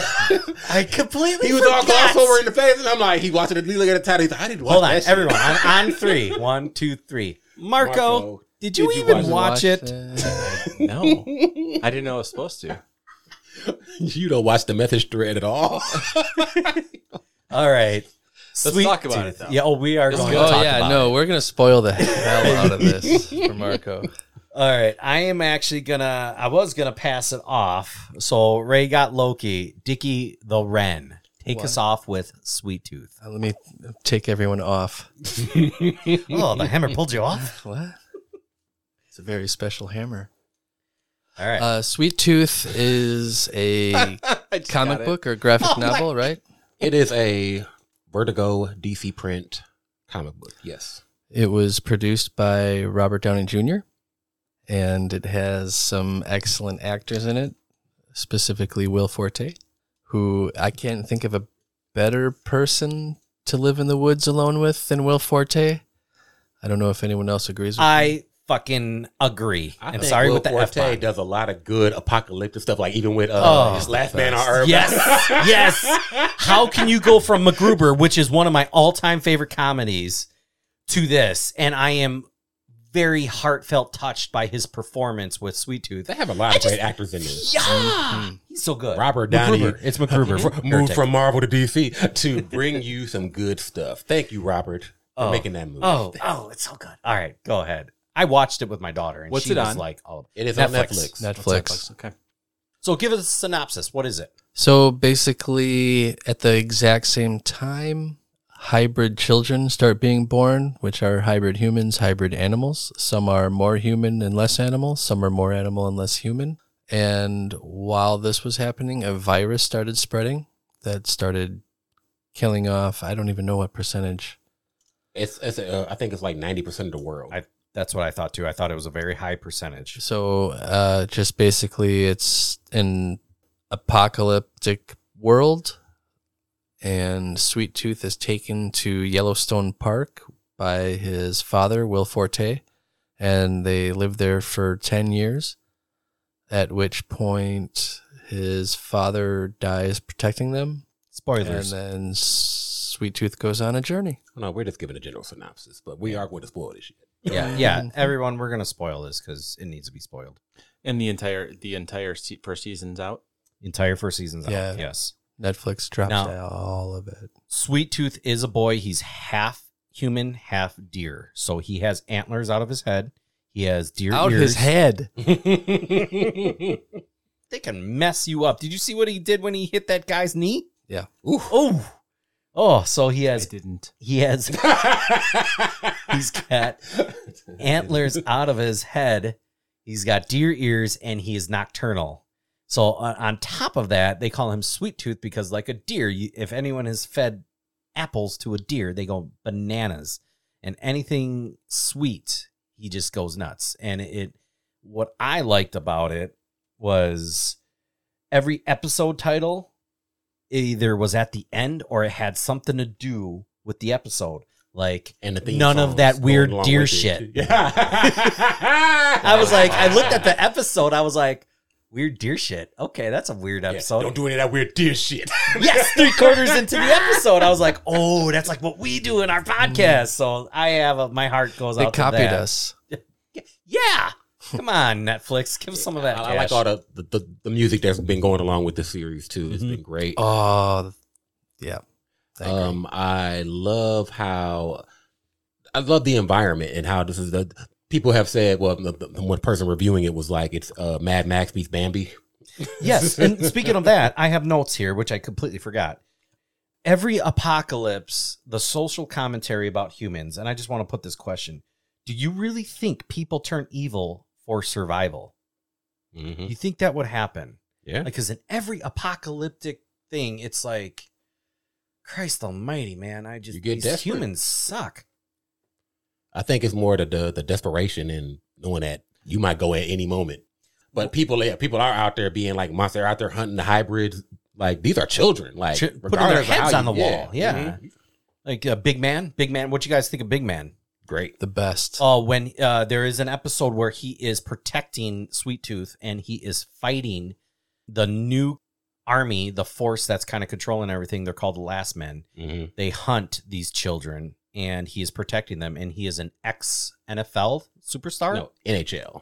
S7: I completely.
S8: he was all glossed over in the face, and I'm like, he watching it. He looking at the title. He's like, I didn't watch
S7: Hold on,
S8: that shit.
S7: everyone. On, on three. One, two, three. Marco,
S8: Marco,
S7: did you
S8: did you
S7: even watch,
S8: watch-
S7: it?
S10: No, I didn't know I was supposed to.
S8: You don't watch the message thread at all.
S7: All right.
S10: Let's talk about it, though.
S7: Yeah. Oh, we are
S10: Let's
S7: going to
S10: go.
S7: talk
S9: Oh yeah,
S7: about it.
S9: no, we're gonna spoil the hell out of this for Marco.
S7: All right, I am actually gonna. I was gonna pass it off. So Ray got Loki, Dicky the Wren. Take us off with Sweet Tooth.
S9: Uh, Let me take everyone off.
S7: Oh, the hammer pulled you off.
S9: What? It's a very special hammer.
S7: All right,
S9: Uh, Sweet Tooth is a comic book or graphic
S7: Oh
S9: novel, right?
S8: It is a Vertigo DC print comic book. Yes.
S9: It was produced by Robert Downey Jr. and it has some excellent actors in it, specifically Will Forte, who I can't think of a better person to live in the woods alone with than Will Forte. I don't know if anyone else agrees with
S7: I fucking agree.
S8: I
S7: and
S8: think
S7: sorry
S8: Will
S7: with the F
S8: Forte
S7: bomb.
S8: does a lot of good apocalyptic stuff, like even with uh,
S7: Oh,
S8: his Last Man on Earth.
S7: Yes, yes. How can you go from MacGruber, which is one of my all-time favorite comedies, to this? And I am very heartfelt touched by his performance with Sweet Tooth.
S8: They have a lot of great actors in this.
S7: Yeah, he's so good.
S8: Robert Downey.
S7: MacGruber. It's MacGruber.
S8: Fr- Moved from Marvel to DC to bring you some good stuff. Thank you, Robert,
S7: Oh.
S8: for making that movie.
S7: Oh, oh, it's so good. All right, go ahead. I watched it with my daughter, and
S10: What's
S7: she
S10: it
S7: was
S10: on?
S7: like, "All of
S8: It is on Netflix.
S9: Netflix.
S10: Okay.
S7: So, give us a synopsis. What is it?
S9: So basically, at the exact same time, hybrid children start being born, which are hybrid humans, hybrid animals. Some are more human and less animal, some are more animal and less human. And while this was happening, a virus started spreading that started killing off, I don't even know what percentage.
S8: It's, it's uh, I think it's like ninety percent of the world.
S7: I- That's what I thought too. I thought it was a very high percentage.
S9: So uh, just basically, it's an apocalyptic world, and Sweet Tooth is taken to Yellowstone Park by his father, Will Forte, and they live there for 10 years, at which point his father dies protecting them,
S7: Spoilers.
S9: and then Sweet Tooth goes on a journey.
S8: no, we're just giving a general synopsis, but we are going to spoil this shit.
S7: yeah, yeah. Everyone, we're gonna spoil this because it needs to be spoiled.
S10: And the entire the entire se- first season's out.
S7: Entire first season's
S9: Yeah.
S7: out. Yes.
S9: Netflix drops
S7: No.
S9: all of it.
S7: Sweet Tooth is a boy. He's half human, half deer. So he has antlers out of his head. He has deer
S9: Out
S7: ears.
S9: his head.
S7: they can mess you up. Did you see what he did when he hit that guy's knee?
S9: Yeah.
S7: Oh. Oh, so he
S10: I
S7: has
S10: didn't.
S7: he has he's got antlers out of his head. He's got deer ears and he is nocturnal. So on, on top of that, they call him sweet tooth because like a deer, you, if anyone has fed apples to a deer, they go bananas. And anything sweet, he just goes nuts. And it what I liked about it was every episode title either was at the end or it had something to do with the episode. Like
S8: And the theme
S7: None of
S8: songs
S7: that
S8: going
S7: weird
S8: along
S7: deer
S8: with it,
S7: shit.
S8: too. Yeah.
S7: I was like, I looked at the episode. I was like, weird deer shit. Okay, that's a weird
S8: Yeah,
S7: episode.
S8: Don't do any of that weird deer shit.
S7: yes, three quarters into the episode, I was like, oh, that's like what we do in our
S8: Mm-hmm.
S7: podcast. So I have a, my heart goes
S9: They
S7: out.
S9: copied
S7: to that.
S9: us.
S7: Yeah. Come on, Netflix, give us some of that.
S8: I, I like
S7: cash.
S8: all the, the, the, the music that's been going along with the series too. It's
S7: Mhm.
S8: been great.
S9: Oh, yeah. I agree.
S8: um, I love how I love the environment and how this is the people have said. Well, the, the, the one person reviewing it was like it's uh, Mad Max meets Bambi.
S7: yes. And speaking of that, I have notes here, which I completely forgot. Every apocalypse, the social commentary about humans, and I just want to put this question Do you really think people turn evil for survival?
S8: Mm-hmm.
S7: You think that would happen?
S8: Yeah.
S7: Because in every apocalyptic thing, it's like, Christ Almighty, man! I just
S8: You get
S7: these
S8: desperate.
S7: humans suck.
S8: I think it's more the, the the desperation and knowing that you might go at any moment. But people, yeah, people are out there being like monsters. They're out there hunting the hybrids. Like these are children. Like
S7: Putting their
S8: regardless of how
S7: heads
S8: you-
S7: on the wall, yeah.
S8: Mhm.
S7: Like uh, Big Man, Big Man. What you guys think of Big Man?
S8: Great.
S9: the best.
S7: Oh, when uh, there is an episode where he is protecting Sweet Tooth and he is fighting the new army, the force that's kind of controlling everything. They're called the Last Men.
S8: Mm-hmm.
S7: They hunt these children and he is protecting them. And he is an ex NFL superstar.
S8: No, NHL.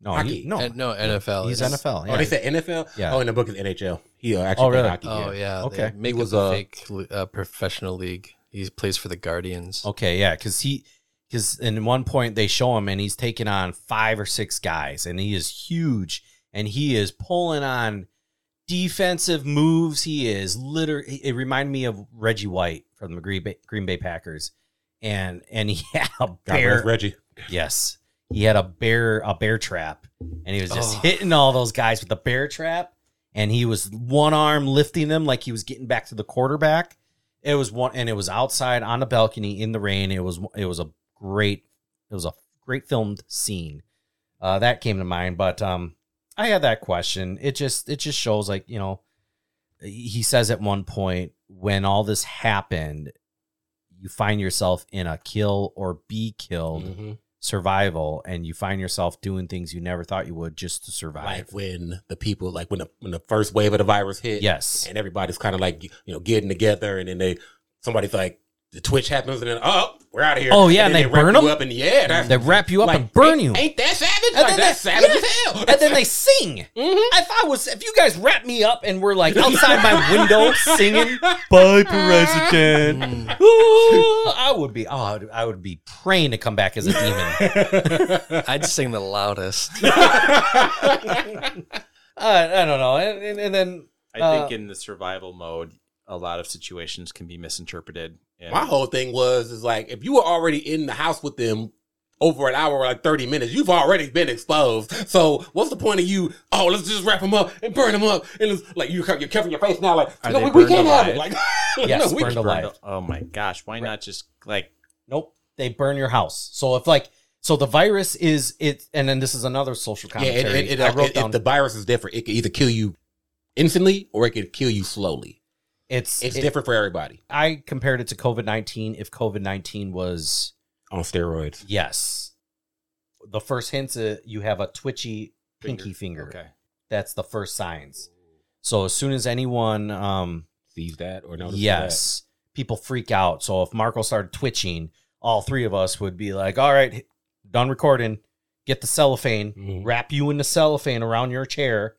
S7: no,
S8: hockey.
S7: he- no,
S9: And no, NFL.
S7: he's
S9: is-
S7: NFL.
S8: Oh,
S7: Yeah.
S8: they said NFL.
S7: Yeah.
S8: Oh, in the book is NHL. He uh, actually
S7: Oh,
S8: played
S7: really?
S8: hockey.
S9: Oh
S8: yeah.
S9: yeah.
S7: Okay.
S9: They make
S8: He was,
S9: up a
S8: uh,
S9: fake li- uh, professional league. He plays for the Guardians.
S7: Okay, yeah, because he because in one point they show him and he's taking on five or six guys and he is huge and he is pulling on defensive moves. He is literally it reminded me of Reggie White from the Green Bay, Green Bay Packers, and and he had a
S8: God bless
S7: bear.
S8: Reggie.
S7: Yes, he had a bear a bear trap and he was just
S9: Oh.
S7: hitting all those guys with the bear trap and he was one arm lifting them like he was getting back to the quarterback. It was one, and it was outside on the balcony in the rain. It was it was a great it was a great filmed scene. Uh, that came to mind, but um, I had that question. It just it just shows like you know, he says at one point when all this happened, you find yourself in a kill or be killed
S8: Mhm.
S7: survival, and you find yourself doing things you never thought you would just to survive.
S8: Like when the people, like when the when the first wave of the virus hit,
S7: yes,
S8: and everybody's kind of like you know getting together, and then they somebody's like the twitch happens, and then oh we're out of here.
S7: Oh, yeah, and
S8: then
S7: they burn
S8: wrap you
S7: 'em?
S8: up, and yeah, that's,
S7: they wrap you up
S8: like,
S7: and burn
S8: ain't-
S7: you.
S8: Ain't that savage?
S7: And
S8: Like,
S7: then
S8: that's
S7: they-
S8: savage
S7: yeah. Mm-hmm.
S8: as hell.
S7: and then they sing. If I was, if you guys wrap me up and we're like outside my window singing, "Bye, President,"
S9: Mm,
S7: Ooh, I would be, oh, I would- I would be praying to come back as a demon.
S9: I'd sing the loudest.
S7: Uh, I don't know, and, and, and then
S10: I
S7: Uh,
S10: think in the survival mode, a lot of situations can be misinterpreted. And
S8: My whole thing was is like if you were already in the house with them over an hour or like 30 minutes, you've already been exposed. So what's the point of you? Oh, let's just wrap them up and burn them up. And it's like you're, co- you're covering your face now. Like,
S10: Are
S8: no,
S10: they
S8: we, we
S10: burned
S8: can't have it.
S10: alive?
S8: Like,
S7: Yes,
S8: no, we
S7: burned
S8: can't.
S7: alive.
S10: Oh my gosh! Why not just like
S7: nope, they burn your house. So if like, so the virus is it, and then this is another social
S8: Yeah,
S7: commentary.
S8: it, it, it,
S7: I
S8: uh,
S7: wrote
S8: it-
S7: down
S8: the virus is different. It can either kill you instantly or it could kill you slowly.
S7: it's
S8: It's
S7: it-
S8: different for everybody
S7: I compared it to COVID nineteen. If COVID nineteen was
S8: on steroids.
S7: Yes. The first hint's uh you have a twitchy pinky finger.
S10: Okay.
S7: That's the first signs. So as soon as anyone um
S8: Sees that or notices
S7: yes, people freak out. So if Marco started twitching, all three of us would be like, "All right, done recording. Get the cellophane.
S8: Mhm.
S7: Wrap you in the cellophane around your chair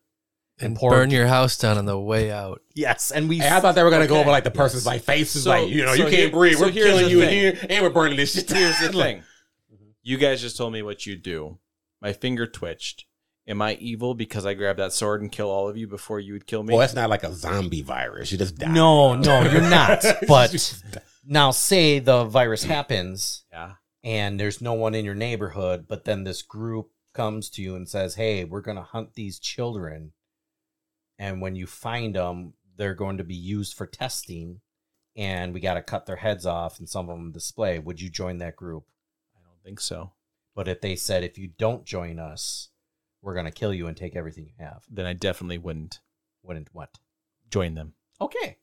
S9: and
S7: Pork.
S9: burn your house down on the way out.
S7: Yes, and we.
S8: Hey, I thought they were gonna go
S10: Okay.
S8: over like the person's like faces,
S10: So-
S8: like you know,
S10: so
S8: you can't
S10: here-
S8: breathe.
S10: so
S8: we're
S10: here's
S8: killing
S10: the
S8: you in
S10: thing.
S8: here, and we're burning this shit.
S10: Here's the
S8: down.
S10: thing. You guys just told me what you do. My finger twitched. Am I evil because I grab that sword and kill all of you before you would kill me?
S8: Well, that's not like a zombie virus. You just die.
S7: no, no, you're not. But
S8: Just die.
S7: now, say the virus happens
S10: Yeah.
S7: and there's no one in your neighborhood, but then this group comes to you and says, "Hey, we're going to hunt these children," and when you find them, they're going to be used for testing, and we got to cut their heads off and some of them display. Would you join that group?
S10: I don't think so.
S7: But if they said, "If you don't join us," we're going to kill you and take everything you have.
S10: Then I definitely wouldn't
S7: Wouldn't what?
S10: join them.
S7: Okay.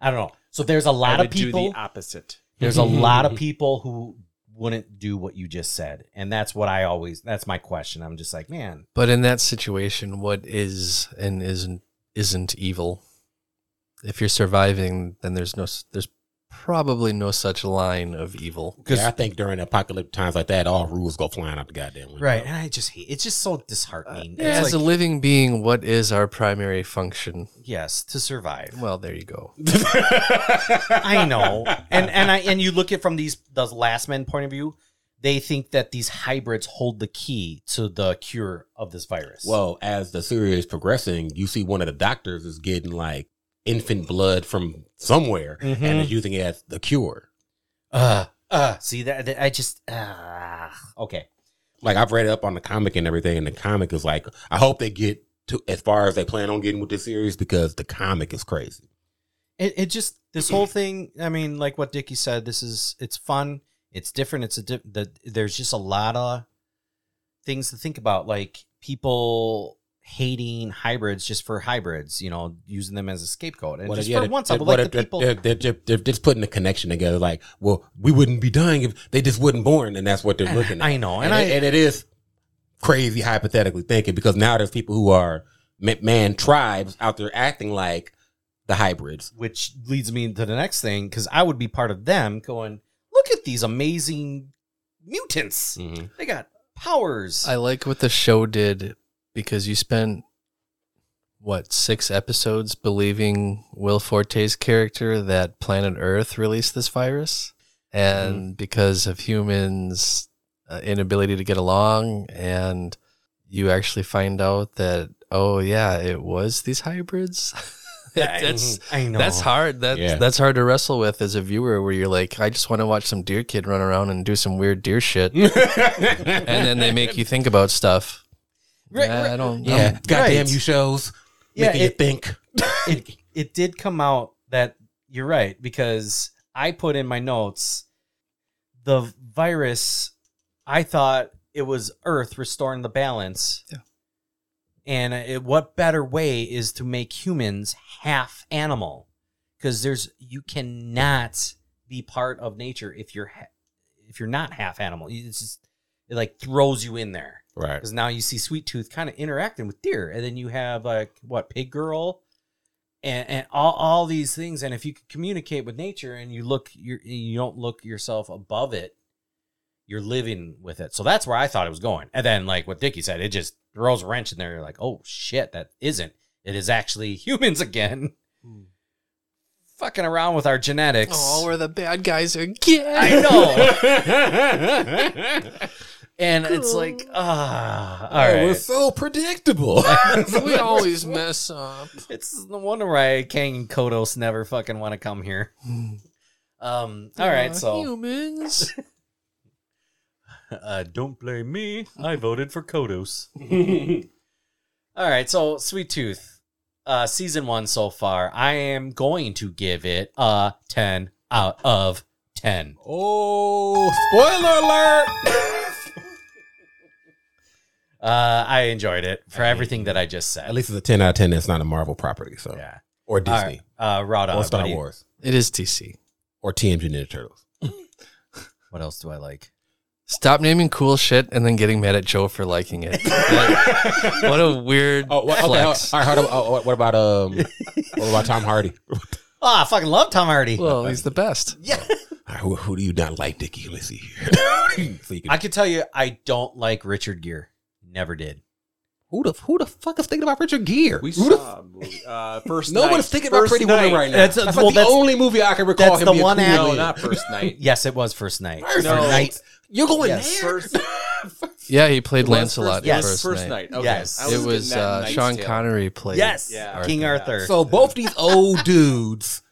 S7: I don't know. So there's a lot
S10: I
S7: of
S10: would do
S7: people.
S10: the opposite.
S7: There's a lot of people who wouldn't do what you just said, and that's what I always. That's my question. I'm just like, man,
S9: But in that situation, what is and isn't isn't evil? If you're surviving, then there's no s- there's probably no such line of evil.
S8: Yeah, I think during apocalyptic times like that, all rules go flying out the goddamn window.
S7: And I just hate. It's just so disheartening. It's
S9: As
S7: like,
S9: Uh, a living being, what is our primary function?
S7: yes, to survive.
S9: Well, there you go.
S7: I know, and and I and you look at from these the last men point of view, they think that these hybrids hold the key to the cure of this virus.
S8: Well, as the series is progressing, you see one of the doctors is getting like infant blood from somewhere and
S7: Mhm.
S8: is using it as the cure.
S7: uh, uh, see that, that- I just uh, okay.
S8: Like I've read up on the comic and everything, and the comic is like, I hope they get to as far as they plan on getting with this series because the comic is crazy.
S7: it, it just this whole thing i mean like what dickie said this is it's fun it's different it's a di- the, there's just a lot of things to think about like people hating hybrids just for hybrids you know using them as a scapegoat and just
S8: if- yeah,
S7: for
S8: they-
S7: once i
S8: they-
S7: would
S8: what
S7: like
S8: if
S7: the
S8: they're-
S7: people
S8: They're, they're, ju- they're just putting the connection together. Like, well, we wouldn't be dying if they just wouldn't born, and that's what they're looking at.
S7: I know, and
S8: and, it-
S7: I-
S8: and it is crazy hypothetically thinking because now there's people who are ma- man tribes out there acting like the hybrids.
S7: which leads me to the next thing because i would be part of them going look at these amazing mutants
S8: Mm-hmm.
S7: they got powers
S9: I like what the show did because you spent what six episodes believing Will Forte's character that planet Earth released this virus, and
S7: Mm-hmm.
S9: because of humans' uh, inability to get along, and you actually find out that oh yeah, it was these hybrids. That- that's
S7: i know
S9: that's hard. That's
S8: Yeah.
S9: that's hard to wrestle with as a viewer, where you're like, I just want to watch some deer kid run around and do some weird deer shit and then they make you think about stuff.
S7: Right,
S9: Yeah, I don't. I
S8: Yeah,
S9: don't-
S8: goddamn
S7: Right.
S8: you shows
S7: Yeah,
S8: making
S7: it-
S8: you think.
S7: it it did come out that you're right because I put in my notes the virus. I thought it was Earth restoring the balance.
S9: Yeah.
S7: And it, what better way is to make humans half animal? Because there's you cannot be part of nature if you're ha- if you're not half animal. It's just it like throws you in there
S8: Right.
S7: because now you see Sweet Tooth kind of interacting with deer, and then you have like what Pig Girl, and and all all these things. And if you could communicate with nature and you look you you don't look yourself above it, you're living with it. So that's where I thought it was going. And then like what Dickie said, it just throws a wrench in there. You're like, oh shit, that isn't. It is actually humans again, fucking around with our genetics.
S9: Oh, we're the bad guys again.
S7: I know. and it's like, ah, all right.
S8: It was so predictable.
S9: we always mess up.
S7: It's no wonder why Kang and Kodos never fucking want to come here. Um. All right.
S9: Aw,
S7: So
S9: humans.
S7: uh, don't blame me. I voted for Kodos. all right. So Sweet Tooth, uh, season one so far. I am going to give it a ten out of ten.
S8: oh, spoiler alert!
S7: Uh, I enjoyed it for everything that I just said.
S8: At least it's a ten out of ten. That's not a Marvel property, so
S7: yeah.
S8: or
S7: All
S8: Disney
S7: right. Uh, raw
S8: or
S7: dog.
S8: Star
S7: what, do you-
S8: Wars
S9: It is DC.
S8: or TMG Ninja Turtles.
S7: what else do I like?
S9: Stop naming cool shit and then getting mad at Joe for liking it. Like, what a weird
S8: Oh, what, okay. All
S9: flex.
S8: right, hold on. Oh, what- what about um? What about Tom Hardy?
S7: Oh, I fucking love Tom Hardy.
S9: Well, he's the best.
S8: All right, who, who do you not like, Dickie? Let's see here. so you can,
S7: I can tell you, I don't like Richard Gere. Never did.
S8: Who the who the fuck is thinking about Richard Gere?
S10: We
S8: Who the
S10: saw a movie. Uh, first
S8: No
S10: night.
S8: one's thinking about
S10: First
S8: Pretty
S10: night.
S8: Woman right now.
S7: That's
S8: That's,
S7: a- well,
S8: like the
S7: that's-
S8: only movie I can recall
S7: that's
S8: him
S7: the
S8: being
S7: one
S8: cool
S7: act-
S10: No,
S8: in.
S10: not first night.
S7: Yes, it was first night.
S8: First
S10: No.
S8: night. You're going
S7: Yes.
S8: there.
S10: First-
S9: Yeah, he played
S10: It was
S9: Lancelot.
S10: First,
S9: in
S7: Yes.
S9: first,
S10: first
S9: night.
S10: night. Okay.
S7: Yes.
S10: I
S9: It
S10: getting
S9: was
S10: that
S9: uh,
S10: Knight's
S9: Sean
S10: Tale.
S9: Connery played.
S7: Yes,
S10: Yeah.
S7: King Arthur.
S8: so both these old dudes.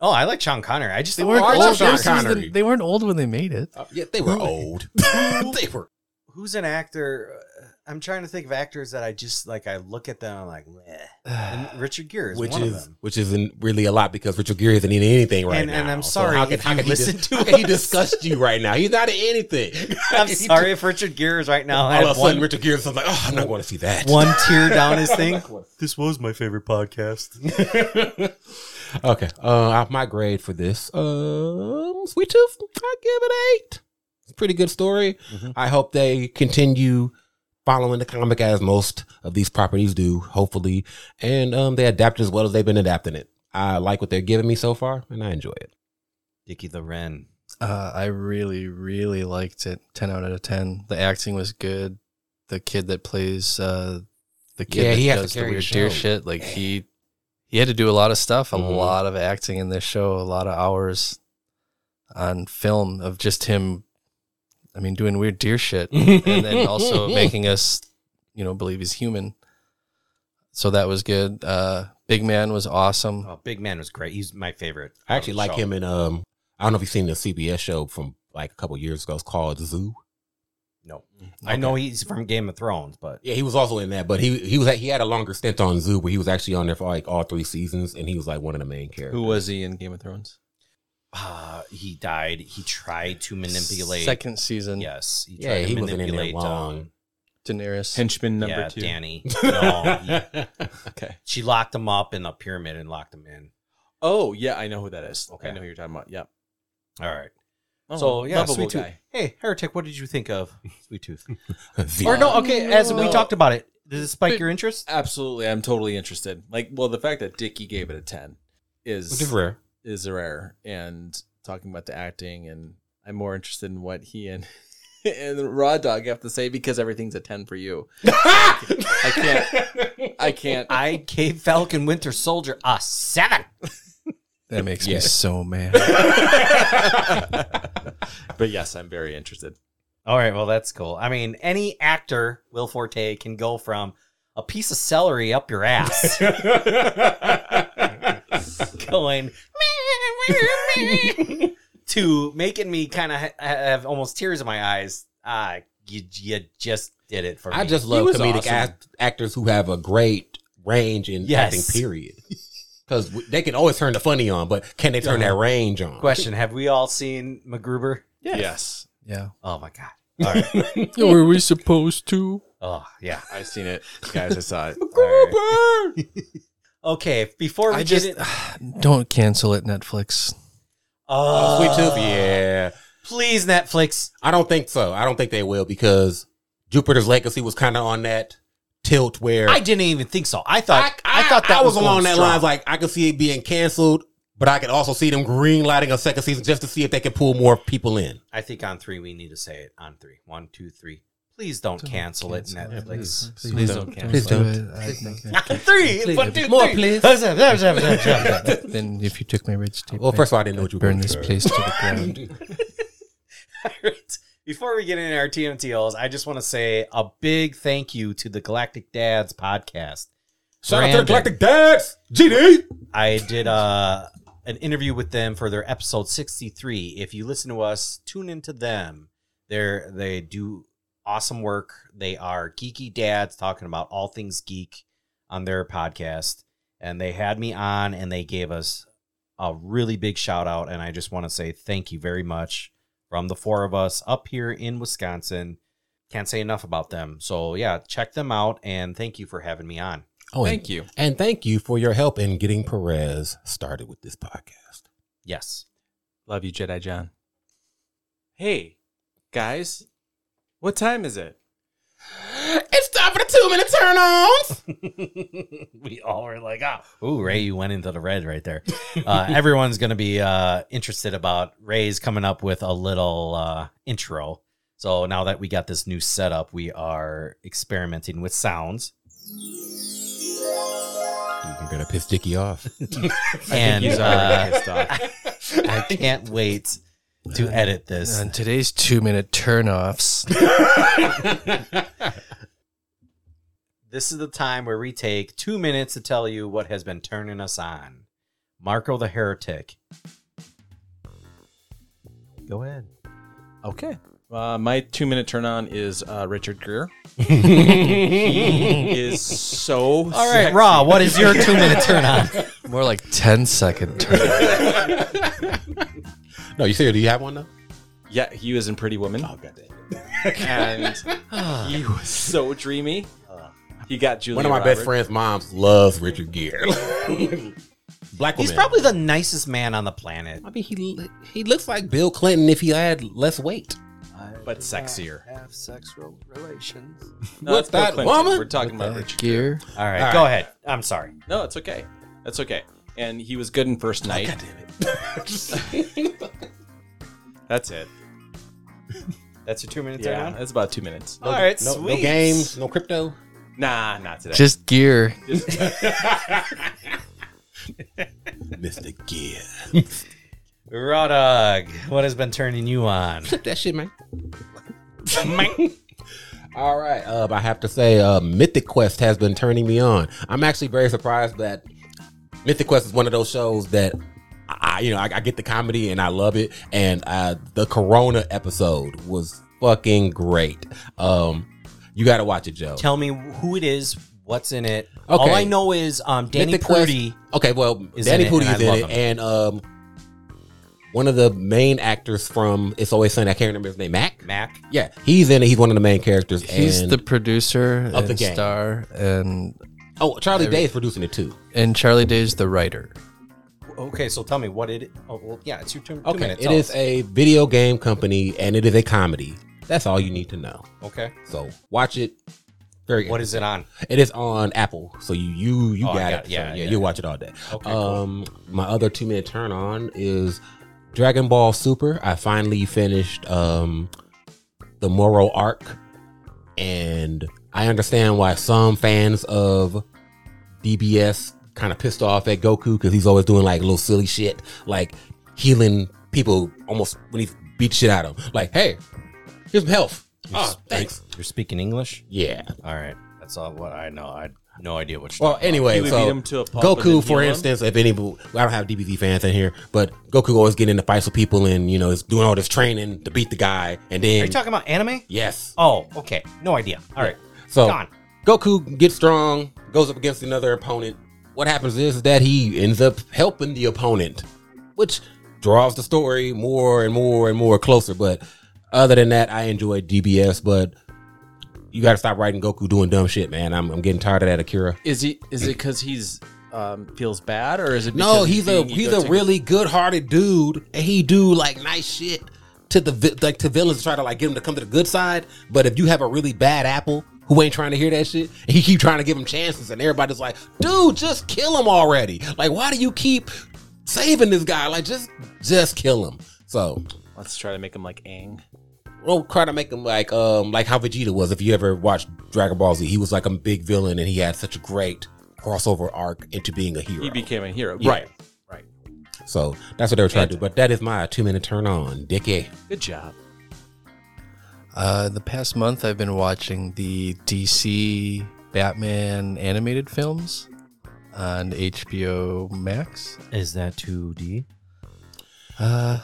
S7: oh, I like Sean Connery. I just
S9: They weren't
S8: Oh, I
S9: old.
S8: love Sean
S9: this was the-
S8: Connery.
S9: they weren't old when they made it.
S8: uh, Yeah, they were old. they were.
S7: who's an actor? Uh, I'm trying to think of actors that I just like. I look at them, I'm like, Meh. and Richard Gere is
S8: Which
S7: one of
S8: is
S7: them.
S8: which isn't really a lot because Richard Gere isn't in anything right
S7: And-
S8: now.
S7: and I'm
S8: So
S7: sorry
S8: how can,
S7: if
S8: how
S7: you
S8: can he
S7: listen
S8: dis-
S7: to
S8: how can he
S7: us.
S8: discussed you right now. He's not in anything.
S7: I'm sorry if Richard Gere is right now. I
S8: All of a
S7: have
S8: sudden,
S7: one,
S8: Richard Gere is like, oh, I'm not going to see that.
S7: one tear down his thing.
S8: okay. Uh, my grade for this, um, Sweet Tooth, I give it eight. It's a pretty good story. I hope they continue following the comic as most of these properties do, hopefully, and um, they adapt it as well as they've been adapting it. I like what they're giving me so far, and I enjoy it.
S7: Dickie the Wren.
S9: Uh, I really, really liked it. Ten out of ten. The acting was good. The kid that plays uh, the kid
S8: Yeah,
S9: that
S8: he has to
S9: does the
S8: carry the
S9: weird deer
S8: show.
S9: shit, like he he had to do a lot of stuff, a
S8: Mhm.
S9: lot of acting in this show, a lot of hours on film of just him. I mean, doing weird deer shit, and then also making us, you know, believe he's human. So that was good. Uh, Big Man was awesome.
S7: Oh, Big Man was great. He's my favorite.
S8: I actually like
S7: Show.
S8: him in um. I don't know if you've seen the CBS show from like a couple years ago. It's called Zoo.
S7: No,
S8: Mm-hmm.
S7: I know he's from Game of Thrones, but
S8: Yeah, he was also in that, but he he was he had a longer stint on Zoo, where he was actually on there for like all three seasons, and he was like one of the main characters.
S10: Who was he in Game of Thrones?
S7: uh, he died. He tried to manipulate.
S9: Second season,
S7: Yes, he
S8: Yeah,
S7: tried
S8: he
S7: to
S8: wasn't in there
S7: manipulate.
S8: long.
S7: um,
S9: Daenerys.
S10: Henchman number
S7: yeah,
S10: two.
S7: Danny. No, he-
S10: Okay.
S7: she locked him up in a pyramid and locked him in.
S10: Oh yeah, I know who that is.
S7: Okay.
S10: I know who you're talking about. Yep.
S7: All right.
S10: Oh,
S7: so yeah,
S10: lovable
S7: Sweet Tooth.
S10: guy.
S7: Hey, Heretic, what did you think of Sweet Tooth?
S8: The-
S7: or no, okay, as we
S10: No.
S7: talked about it, did it spike your interest?
S10: Absolutely, I'm totally interested. Like, well, the fact that Dickie gave it a ten
S8: Which is
S10: is
S8: rare.
S10: is rare. And talking about the acting, and I'm more interested in what he and and Raw Dog have to say because everything's a ten for you. I can't. I can't.
S7: I gave Falcon Winter Soldier a seven.
S9: That makes
S8: Yeah.
S9: me so mad.
S10: but yes, I'm very interested.
S7: All right, well that's cool. I mean, any actor Will Forte can go from a piece of celery up your ass, going to making me kind of ha- have almost tears in my eyes. Ah, you, you just did it for me.
S8: I just
S7: He
S8: love
S7: was
S8: comedic
S7: awesome.
S8: act- actors who have a great range in
S7: Yes.
S8: acting. Period. Because they can always turn the funny on, but can they turn that range on?
S7: Uh-huh. Question: Have we all seen MacGruber?
S10: Yes,
S9: Yeah.
S7: Oh my god! All right.
S9: Were we supposed to?
S7: oh yeah.
S10: I've seen it, guys. I saw it.
S7: Okay. Before we
S9: I just
S7: get in,
S9: don't cancel it, Netflix.
S7: oh,
S8: Uh, Sweet Tooth. Yeah,
S7: Please, Netflix.
S8: I don't think so. I don't think they will because Jupiter's Legacy was kind of on that tilt where
S7: I didn't even think so. I thought I, thought that
S8: I was,
S7: going
S8: along that
S7: strong.
S8: line. Like I could see it being canceled, but I could also see them green lighting a second season just to see if they could pull more people in.
S7: I think on three we need to say it on three. One, two, three. Please don't, cancel,
S9: cancel
S7: it,
S9: it,
S7: Netflix.
S9: please.
S7: Please
S9: Please
S7: don't cancel.
S8: Please don't.
S9: Do it. I think I-
S7: On three, one, two,
S8: More,
S7: three.
S8: please.
S9: then if you took my rich tape,
S8: Well, first of all, I didn't know what you were
S9: burn
S8: going
S9: this
S8: to.
S9: place to the ground.
S7: All right. Before we get into our TMTLs, I just want to say a big thank you to the Galactic Dads podcast.
S8: Shout out to
S7: Brandon.
S8: the Galactic Dads, GD.
S7: I did uh, an interview with them for their episode 63. If you listen to us, tune into them. They're, they do awesome work. They are geeky dads talking about all things geek on their podcast. And they had me on and they gave us a really big shout out. And I just want to say thank you very much from the four of us up here in Wisconsin. Can't say enough about them. So, yeah, check them out. And thank you for having me on.
S8: Oh, and,
S10: Thank you.
S8: and thank you for your help in getting Perez started with this podcast.
S7: Yes.
S10: Love you, Jedi John. Hey, guys, what time is it?
S8: It's time for the two-minute turn-ons.
S7: we all were like, ah, ooh, Ray, you went into the red right there. Uh, everyone's going to be uh, interested about Ray's coming up with a little uh, intro So now that we got this new setup, we are experimenting with sounds.
S8: You're gonna piss Dickie off.
S7: And
S10: He's
S7: uh,
S10: already pissed off.
S7: I can't wait to edit this.
S9: On today's two minute turnoffs.
S7: This is the time where we take two minutes to tell you what has been turning us on. Marco the Heretic. Go ahead.
S10: Okay. Uh, my two minute turn on is uh, Richard Gere. he is so.
S7: All right, Ra, what is your two minute turn on?
S9: More like 10 second turn.
S8: no, you serious? Do you have one though?
S10: Yeah, he was in Pretty Woman. Oh, goddamn. and he was so dreamy. He got Julia.
S8: Uh, One of my best
S10: Roberts.
S8: friend's moms loves Richard Gere. Black
S7: He's
S8: woman.
S7: probably the nicest man on the planet.
S8: I mean, he he looks like Bill Clinton if he had less weight.
S10: but sexier.
S2: Have sexual relations.
S10: No,
S8: What's
S10: it's Bill
S8: that
S10: Clinton.
S8: woman?
S10: We're talking about Richard.
S9: Gear.
S7: All right,
S8: All
S7: go
S8: right.
S7: ahead. I'm sorry.
S10: No, it's okay. That's okay. And he was good in First Night. That's it.
S7: That's your two minute turn
S10: Yeah,
S7: on?
S10: that's about two minutes.
S7: All right,
S8: No,
S7: sweet.
S8: no games, no crypto.
S10: Nah, not today.
S9: Just gear.
S8: Mr. Gere.
S7: Rodog, what has been turning you on?
S8: That shit, man. All right. Uh, I have to say, uh, Mythic Quest has been turning me on. I'm actually very surprised that Mythic Quest is one of those shows that I, you know, I, I get the comedy and I love it. And uh, the Corona episode was fucking great. Um, you got to watch it, Joe.
S7: Tell me who it is, what's in it. All
S8: Okay.
S7: I know is um, Danny
S8: Mythic Quest-
S7: Purdy.
S8: Okay, well,
S7: is in
S8: Danny
S7: it,
S8: Pudi
S7: and I
S8: is in
S7: love
S8: it,
S7: him.
S8: and um, one of the main actors from It's Always Sunny. I can't remember his name. Mac.
S7: Mac.
S8: Yeah, he's in it. He's one of the main characters.
S9: He's
S8: and,
S9: the producer
S8: Of the
S9: and
S8: game.
S9: star, and
S8: oh Charlie Day is producing it too.
S9: and Charlie Day's the writer.
S7: Okay, so tell me what it. Oh, well, yeah, it's your turn. two
S8: Okay,
S7: minutes. Oh,
S8: it
S7: Tell
S8: is
S7: us.
S8: a video game company, and it is a comedy. That's all you need to know.
S7: okay.
S8: So watch it. Very good.
S7: What is it on?
S8: It is on Apple, so you you you
S7: Oh, I
S8: got,
S7: got
S8: it.
S7: it.
S8: So,
S7: Yeah,
S8: Yeah,
S7: yeah.
S8: you'll watch it all day.
S7: Okay, cool.
S8: um, my other two minute turn on is Dragon Ball Super. I finally finished um the Moro arc, and I understand why some fans of DBS kind of pissed off at Goku because he's always doing like little silly shit, like healing people almost when he beat shit out of them. Like, hey, here's some health.
S7: Ah,
S8: Oh, thanks.
S7: You're speaking English.
S8: Yeah.
S7: All right, that's all what I know. I had no idea what. You're
S8: Well, anyway,
S10: He would
S8: so
S10: beat him to a pulp and then
S8: Goku, for
S10: heal him?
S8: instance, if any, I don't have DBZ fans in here, but Goku always getting into fights with people and you know is doing all this training to beat the guy, and
S7: Are
S8: then
S7: you talking about anime?
S8: yes,
S7: Oh, okay. No idea. All right.
S8: so
S7: Gone.
S8: Goku gets strong, goes up against another opponent. What happens is that he ends up helping the opponent, which draws the story more and more and more closer. But other than that, I enjoy DBS, but. You got to stop writing Goku doing dumb shit, man. I'm, I'm getting tired of that, Akira.
S10: Is he? Is it because he's um, feels bad, or is it?
S8: No,
S10: because
S8: he's a
S10: being
S8: he's a
S10: egotistical?
S8: really good-hearted dude, and he do like nice shit to the vi- like to villains to try to like get them to come to the good side. But if you have a really bad apple who ain't trying to hear that shit, and he keep trying to give him chances, and everybody's like, "Dude, just kill him already!" Like, why do you keep saving this guy? Like, just just kill him. So
S10: Let's try to make him like Aang.
S8: don't try to make him like um like how Vegeta was. If you ever watched Dragon Ball Z, he was like a big villain, and he had such a great crossover arc into being a hero.
S10: He became a hero.
S8: Yeah.
S10: Right. Right.
S8: So that's what they were trying to do. But that is my two minute turn on, Dickie.
S10: Good job.
S9: Uh, the past month, I've been watching the DC Batman animated films on HBO Max.
S7: Is that two D?
S9: Uh,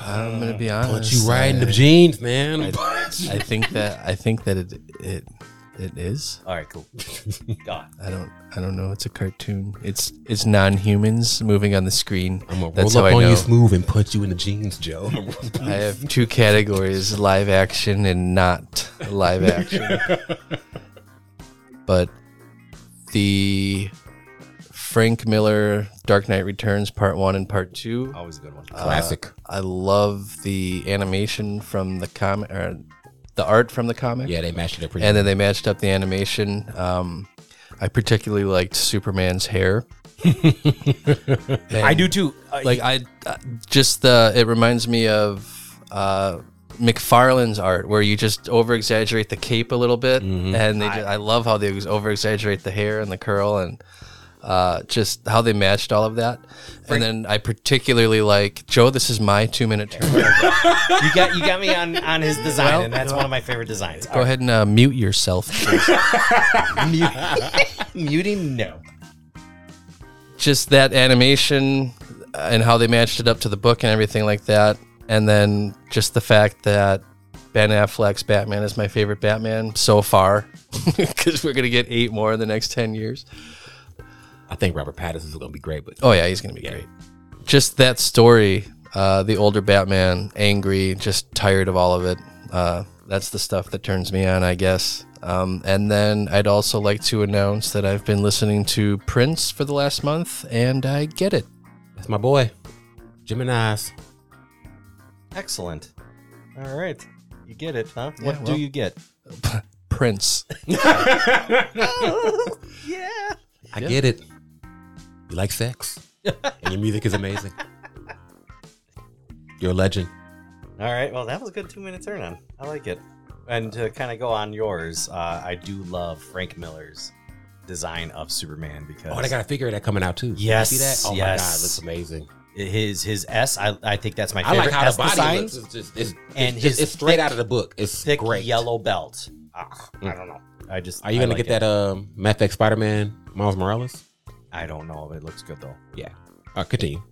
S9: I'm gonna be honest.
S8: Punch you right in the
S9: I-
S8: jeans, man.
S9: I think that I think that it it it is.
S7: All right, cool. God.
S9: I don't I don't know. It's a cartoon. It's it's non-humans moving on the screen.
S8: I'm gonna
S9: That's
S8: roll
S9: how
S8: up
S9: I
S8: on
S9: know.
S8: you smooth and punch you in the jeans, Joe.
S9: I have two categories: live action and not live action. but the Frank Miller Dark Knight Returns Part One and Part Two.
S7: Always a good one.
S8: Classic.
S9: I love the animation from the comic, or the art from the comic.
S8: yeah, they matched it up pretty.
S9: and then they matched up the animation. Um, I particularly liked Superman's hair.
S7: I do too. Uh,
S9: Like I, I- just the it reminds me of uh, McFarlane's art, where you just over exaggerate the cape a little bit,
S7: Mhm.
S9: and they just, I love how they over exaggerate the hair and the curl, and uh, just how they matched all of that. and then I particularly like Joe. This is my two minute turn.
S7: You got you got me on on his design, and that's one of my favorite designs.
S9: Go ahead and uh, mute yourself. please.
S7: Muting no.
S9: just that animation and how they matched it up to the book and everything like that. And then just the fact that Ben Affleck's Batman is my favorite Batman so far, because we're going to get eight more in the next 10 years.
S8: I think Robert Pattinson's gonna be great, but
S9: Oh, yeah, he's going to be great. Just that story, uh, the older Batman, angry, just tired of all of it. Uh, that's the stuff that turns me on, I guess. Um, and then I'd also like to announce that I've been listening to Prince for the last month, and I get it.
S8: that's my boy, Gemini's.
S7: Excellent. All right, you get it, huh?
S9: Yeah,
S7: what do
S9: well.
S7: you get?
S9: Prince.
S8: Oh, I get it. You like sex, and your music is amazing. You're a legend.
S7: All right. Well, that was a good two minute turn on. I like it. And to kind of go on yours, uh, I do love Frank Miller's design of Superman because
S8: Oh, and I got a figure of that coming out too.
S7: Yes,
S8: see that? Oh my
S7: yes.
S8: god, looks amazing.
S7: his his S. I, I think that's my
S8: I
S7: favorite.
S8: like how
S7: S
S8: the body
S7: design.
S8: looks. It's just, it's,
S7: And
S8: and it's, just-
S7: his
S8: it's straight
S7: thick-
S8: out of the book. It's
S7: Thick
S8: great. Mm.
S7: yellow belt. Ah, I don't know. I just
S8: Are you gonna
S7: I like
S8: get that um, Matt Effect Spider-Man Miles Morales?
S7: it. I don't know, but it looks good though.
S8: Yeah. All right, continue.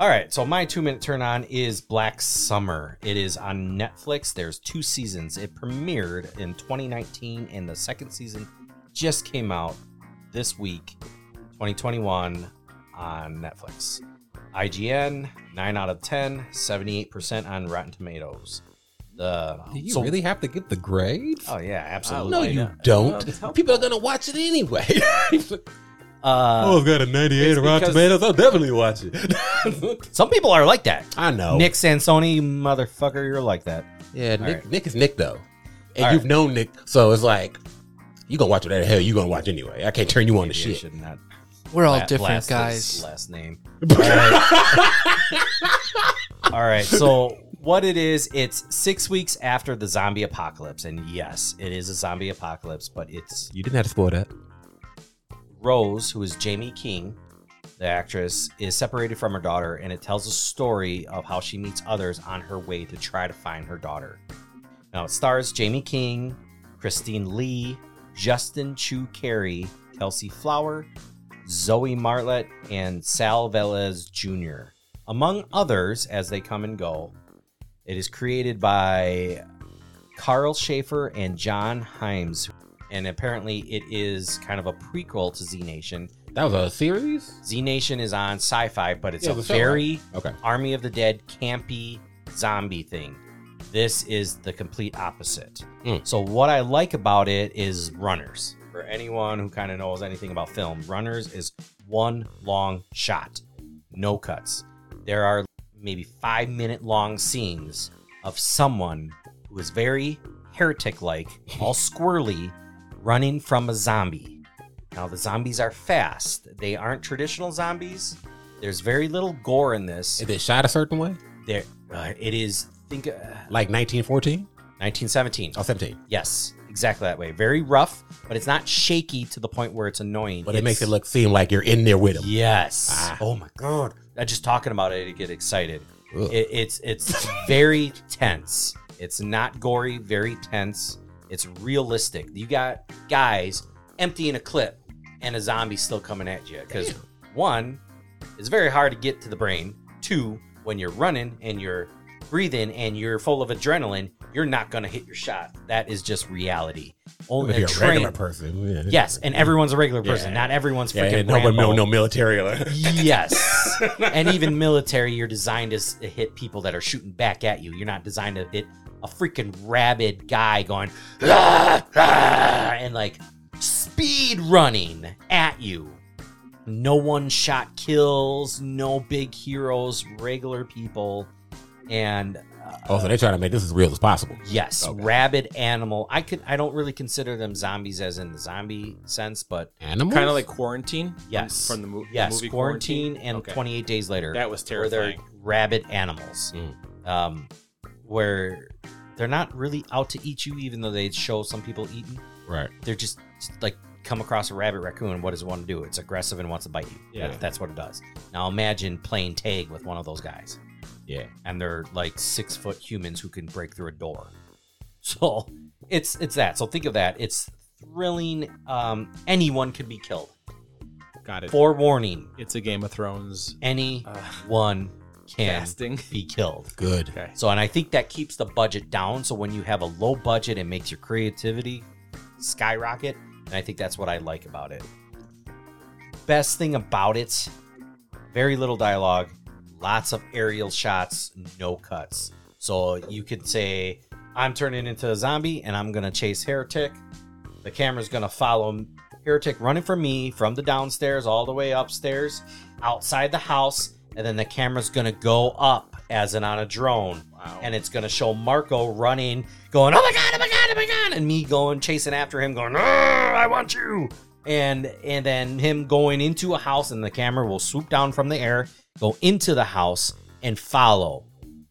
S7: All right, so my two minute turn on is Black Summer. It is on Netflix. There's two seasons. It premiered in 2019, and the second season just came out this week, 2021, on Netflix. IGN, 9 out of 10, 78% on Rotten Tomatoes. The,
S8: Do you
S7: so-
S8: really have to get the grades?
S7: Oh, uh, yeah, absolutely.
S8: no,
S10: why
S8: you
S10: not? Well,
S8: don't.
S10: it's helpful.
S8: People are gonna watch it anyway.
S7: Uh,
S8: I've Oh, got a 98
S7: Rotten because-
S8: Tomatoes. I'll definitely watch it.
S7: Some people are like that.
S8: I know.
S7: Nick Sansoni, you motherfucker, you're like that.
S8: Yeah, Nick,
S7: right.
S8: Nick is Nick though, and
S7: All
S8: you've known Nick, so it's like you gonna watch whatever the hell you gonna watch anyway. I can't turn you on to
S7: Maybe I
S8: shit.
S7: should not
S9: We're all
S7: Bla-
S9: different
S7: blast
S9: guys.
S7: his Last name. All right. All right. So what it is? It's six weeks after the zombie apocalypse, and yes, it is a zombie apocalypse. But it's
S8: You didn't have to spoil that.
S7: Rose, who is Jamie King, the actress, is separated from her daughter, and it tells a story of how she meets others on her way to try to find her daughter. Now it stars Jamie King, Christine Lee, Justin Chu Carey, Kelsey Flower, Zoe Martlett, and Sal Velez Jr., among others as they come and go. It is created by Carl Schaefer and John Himes, and apparently it is kind of a prequel to Z Nation.
S8: That was a series.
S7: Z Nation is on Sci-Fi, but it's
S8: Yeah,
S7: a
S8: the show, right?
S7: very
S8: Okay.
S7: Army of the Dead campy zombie thing. This is the complete opposite.
S8: Mm.
S7: So what I like about it is Runners. For anyone who kind of knows anything about film, Runners is one long shot, no cuts. There are maybe 5 minute long scenes of someone who is very heretic like, all squirrely, running from a zombie. Now, the zombies are fast. They aren't traditional zombies. There's very little gore in this.
S8: Is it shot a certain way?
S7: There, uh, it is, think, uh,
S8: Like 1914
S7: 1917.
S8: or 17,
S7: Yes, exactly that way. Very rough, but it's not shaky to the point where it's annoying.
S8: but it makes it
S7: It's-
S8: look seem like you're in there with him.
S7: Yes.
S8: Ah.
S7: Oh my god. I just talking about it to get excited.
S8: Ugh.
S7: It, it's it's very tense. It's not gory, very tense. It's realistic. You got guys emptying a clip and a zombie still coming at you cuz one it's very hard to get to the brain. Two, when you're running and you're breathing and you're full of adrenaline, you're not going to hit your shot. That is just reality. Only
S8: If
S7: a
S8: you're a
S7: train-
S8: regular person, yeah.
S7: Yes, and everyone's a regular person.
S8: Yeah.
S7: Not everyone's
S8: yeah,
S7: freaking
S8: and no,
S7: Rambo.
S8: no, no military.
S7: Yes. and even military, you're designed to s- hit people that are shooting back at you. You're not designed to hit a freaking rabid guy going, "Ah, ah," and like speed running at you. No one shot kills, no big heroes, regular people. And uh,
S8: oh, so they're trying to make this as real as possible.
S7: yes,
S8: Okay.
S7: rabid animal. I could I don't really consider them zombies as in the zombie sense, but
S8: Animals,
S10: Kind of like quarantine. from-
S7: Yes.
S10: From, the, mo- the
S7: yes,
S10: movie
S7: quarantine, and
S10: Okay.
S7: 28 days later.
S10: That was
S7: where they're
S8: Hmm.
S10: terrifying.
S7: rabid animals. Um, where they're not really out to eat you, even though they show some people eating.
S8: Right.
S7: They're just like come across a rabbit raccoon. What does it want to do? It's aggressive and wants to bite you.
S8: Yeah.
S7: That- that's what it does. Now imagine playing tag with one of those guys,
S8: Yeah.
S7: and they're like six foot humans who can break through a door. So it's it's that. So think of that. It's thrilling. Um, anyone can be killed.
S10: Got it.
S7: Forewarning:
S10: It's a Game of Thrones uh,
S7: anyone can
S10: casting.
S7: be killed.
S8: Good.
S10: Okay.
S7: So, and I think that keeps the budget down. So when you have a low budget, it makes your creativity skyrocket. And I think that's what I like about it. Best thing about it very little dialogue, lots of aerial shots, no cuts. So you could say, I'm turning into a zombie and I'm going to chase Heretic. The camera's going to follow Heretic running from me from the downstairs all the way upstairs outside the house. And then the camera's going to go up as in on a drone. And it's going to show Marco running, going, Oh my God, oh my God, oh my God. And me going, chasing after him, going, "Ah, I want you and and then him going into a house and the camera will swoop down from the air go into the house and follow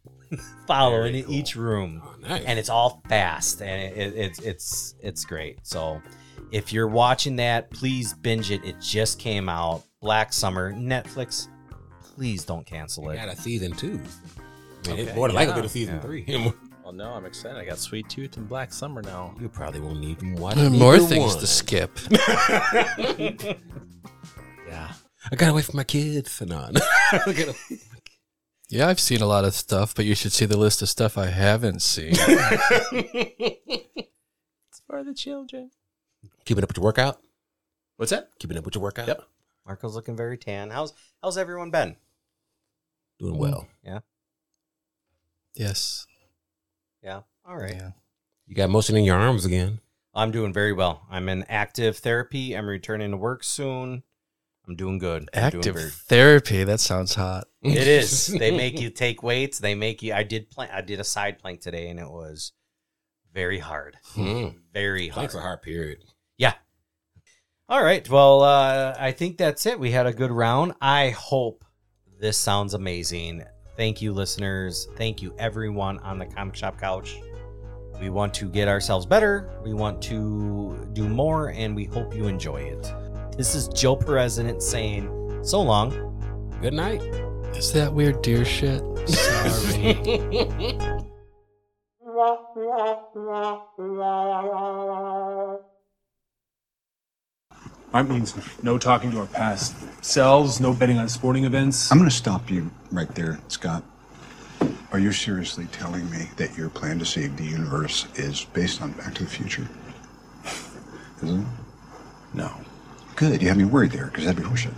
S7: follow
S8: Very
S7: into each room
S8: Oh, nice.
S7: and it's all fast and it, it, it's it's it's great so if you're watching that please binge it it just came out black summer netflix please don't cancel
S8: We
S7: it
S8: got a season two. I mean,
S10: Okay.
S8: it's more than likely
S10: Yeah.
S8: to season
S7: Yeah.
S8: three.
S10: Well, no, I'm excited. I got Sweet Tooth and Black Summer now.
S8: you probably won't even watch
S9: More
S8: neither
S9: things
S8: one.
S9: to skip.
S10: Yeah.
S8: I got away from my kids and on. Look at 'em.
S9: Yeah, I've seen a lot of stuff, but you should see the list of stuff I haven't seen.
S10: It's for the children.
S8: Keeping up with your workout.
S10: What's that?
S8: Keeping up with your workout.
S10: Yep.
S7: marco's looking very tan how's how's everyone been
S8: Doing well.
S9: yes.
S7: yeah all right
S9: Yeah.
S8: You got motion in your arms again.
S7: i'm doing very well i'm in active therapy i'm returning to work soon i'm doing good I'm doing
S9: Active
S7: very-
S9: therapy. That sounds hot.
S7: It is. They make you take weights. They make you. I did plank. I did a side plank today, and it was very hard.
S8: Mm.
S7: Very Hmm. hard.
S8: Thanks a hard period.
S7: Yeah. All right. Well, uh, I think that's it. We had a good round. I hope this sounds amazing. Thank you, listeners. Thank you, everyone on the Comic Shop Couch. We want to get ourselves better. We want to do more, and we hope you enjoy it. This is Joe President saying so long.
S8: Good night.
S9: Is that weird deer shit? Sorry.
S4: Mine means no talking to our past selves, no betting on sporting events.
S1: I'm going to stop you right there, Scott. Are you seriously telling me that your plan to save the universe is based on Back to the Future? Isn't it? No. Good. You have me worried there because that'd be horseshit.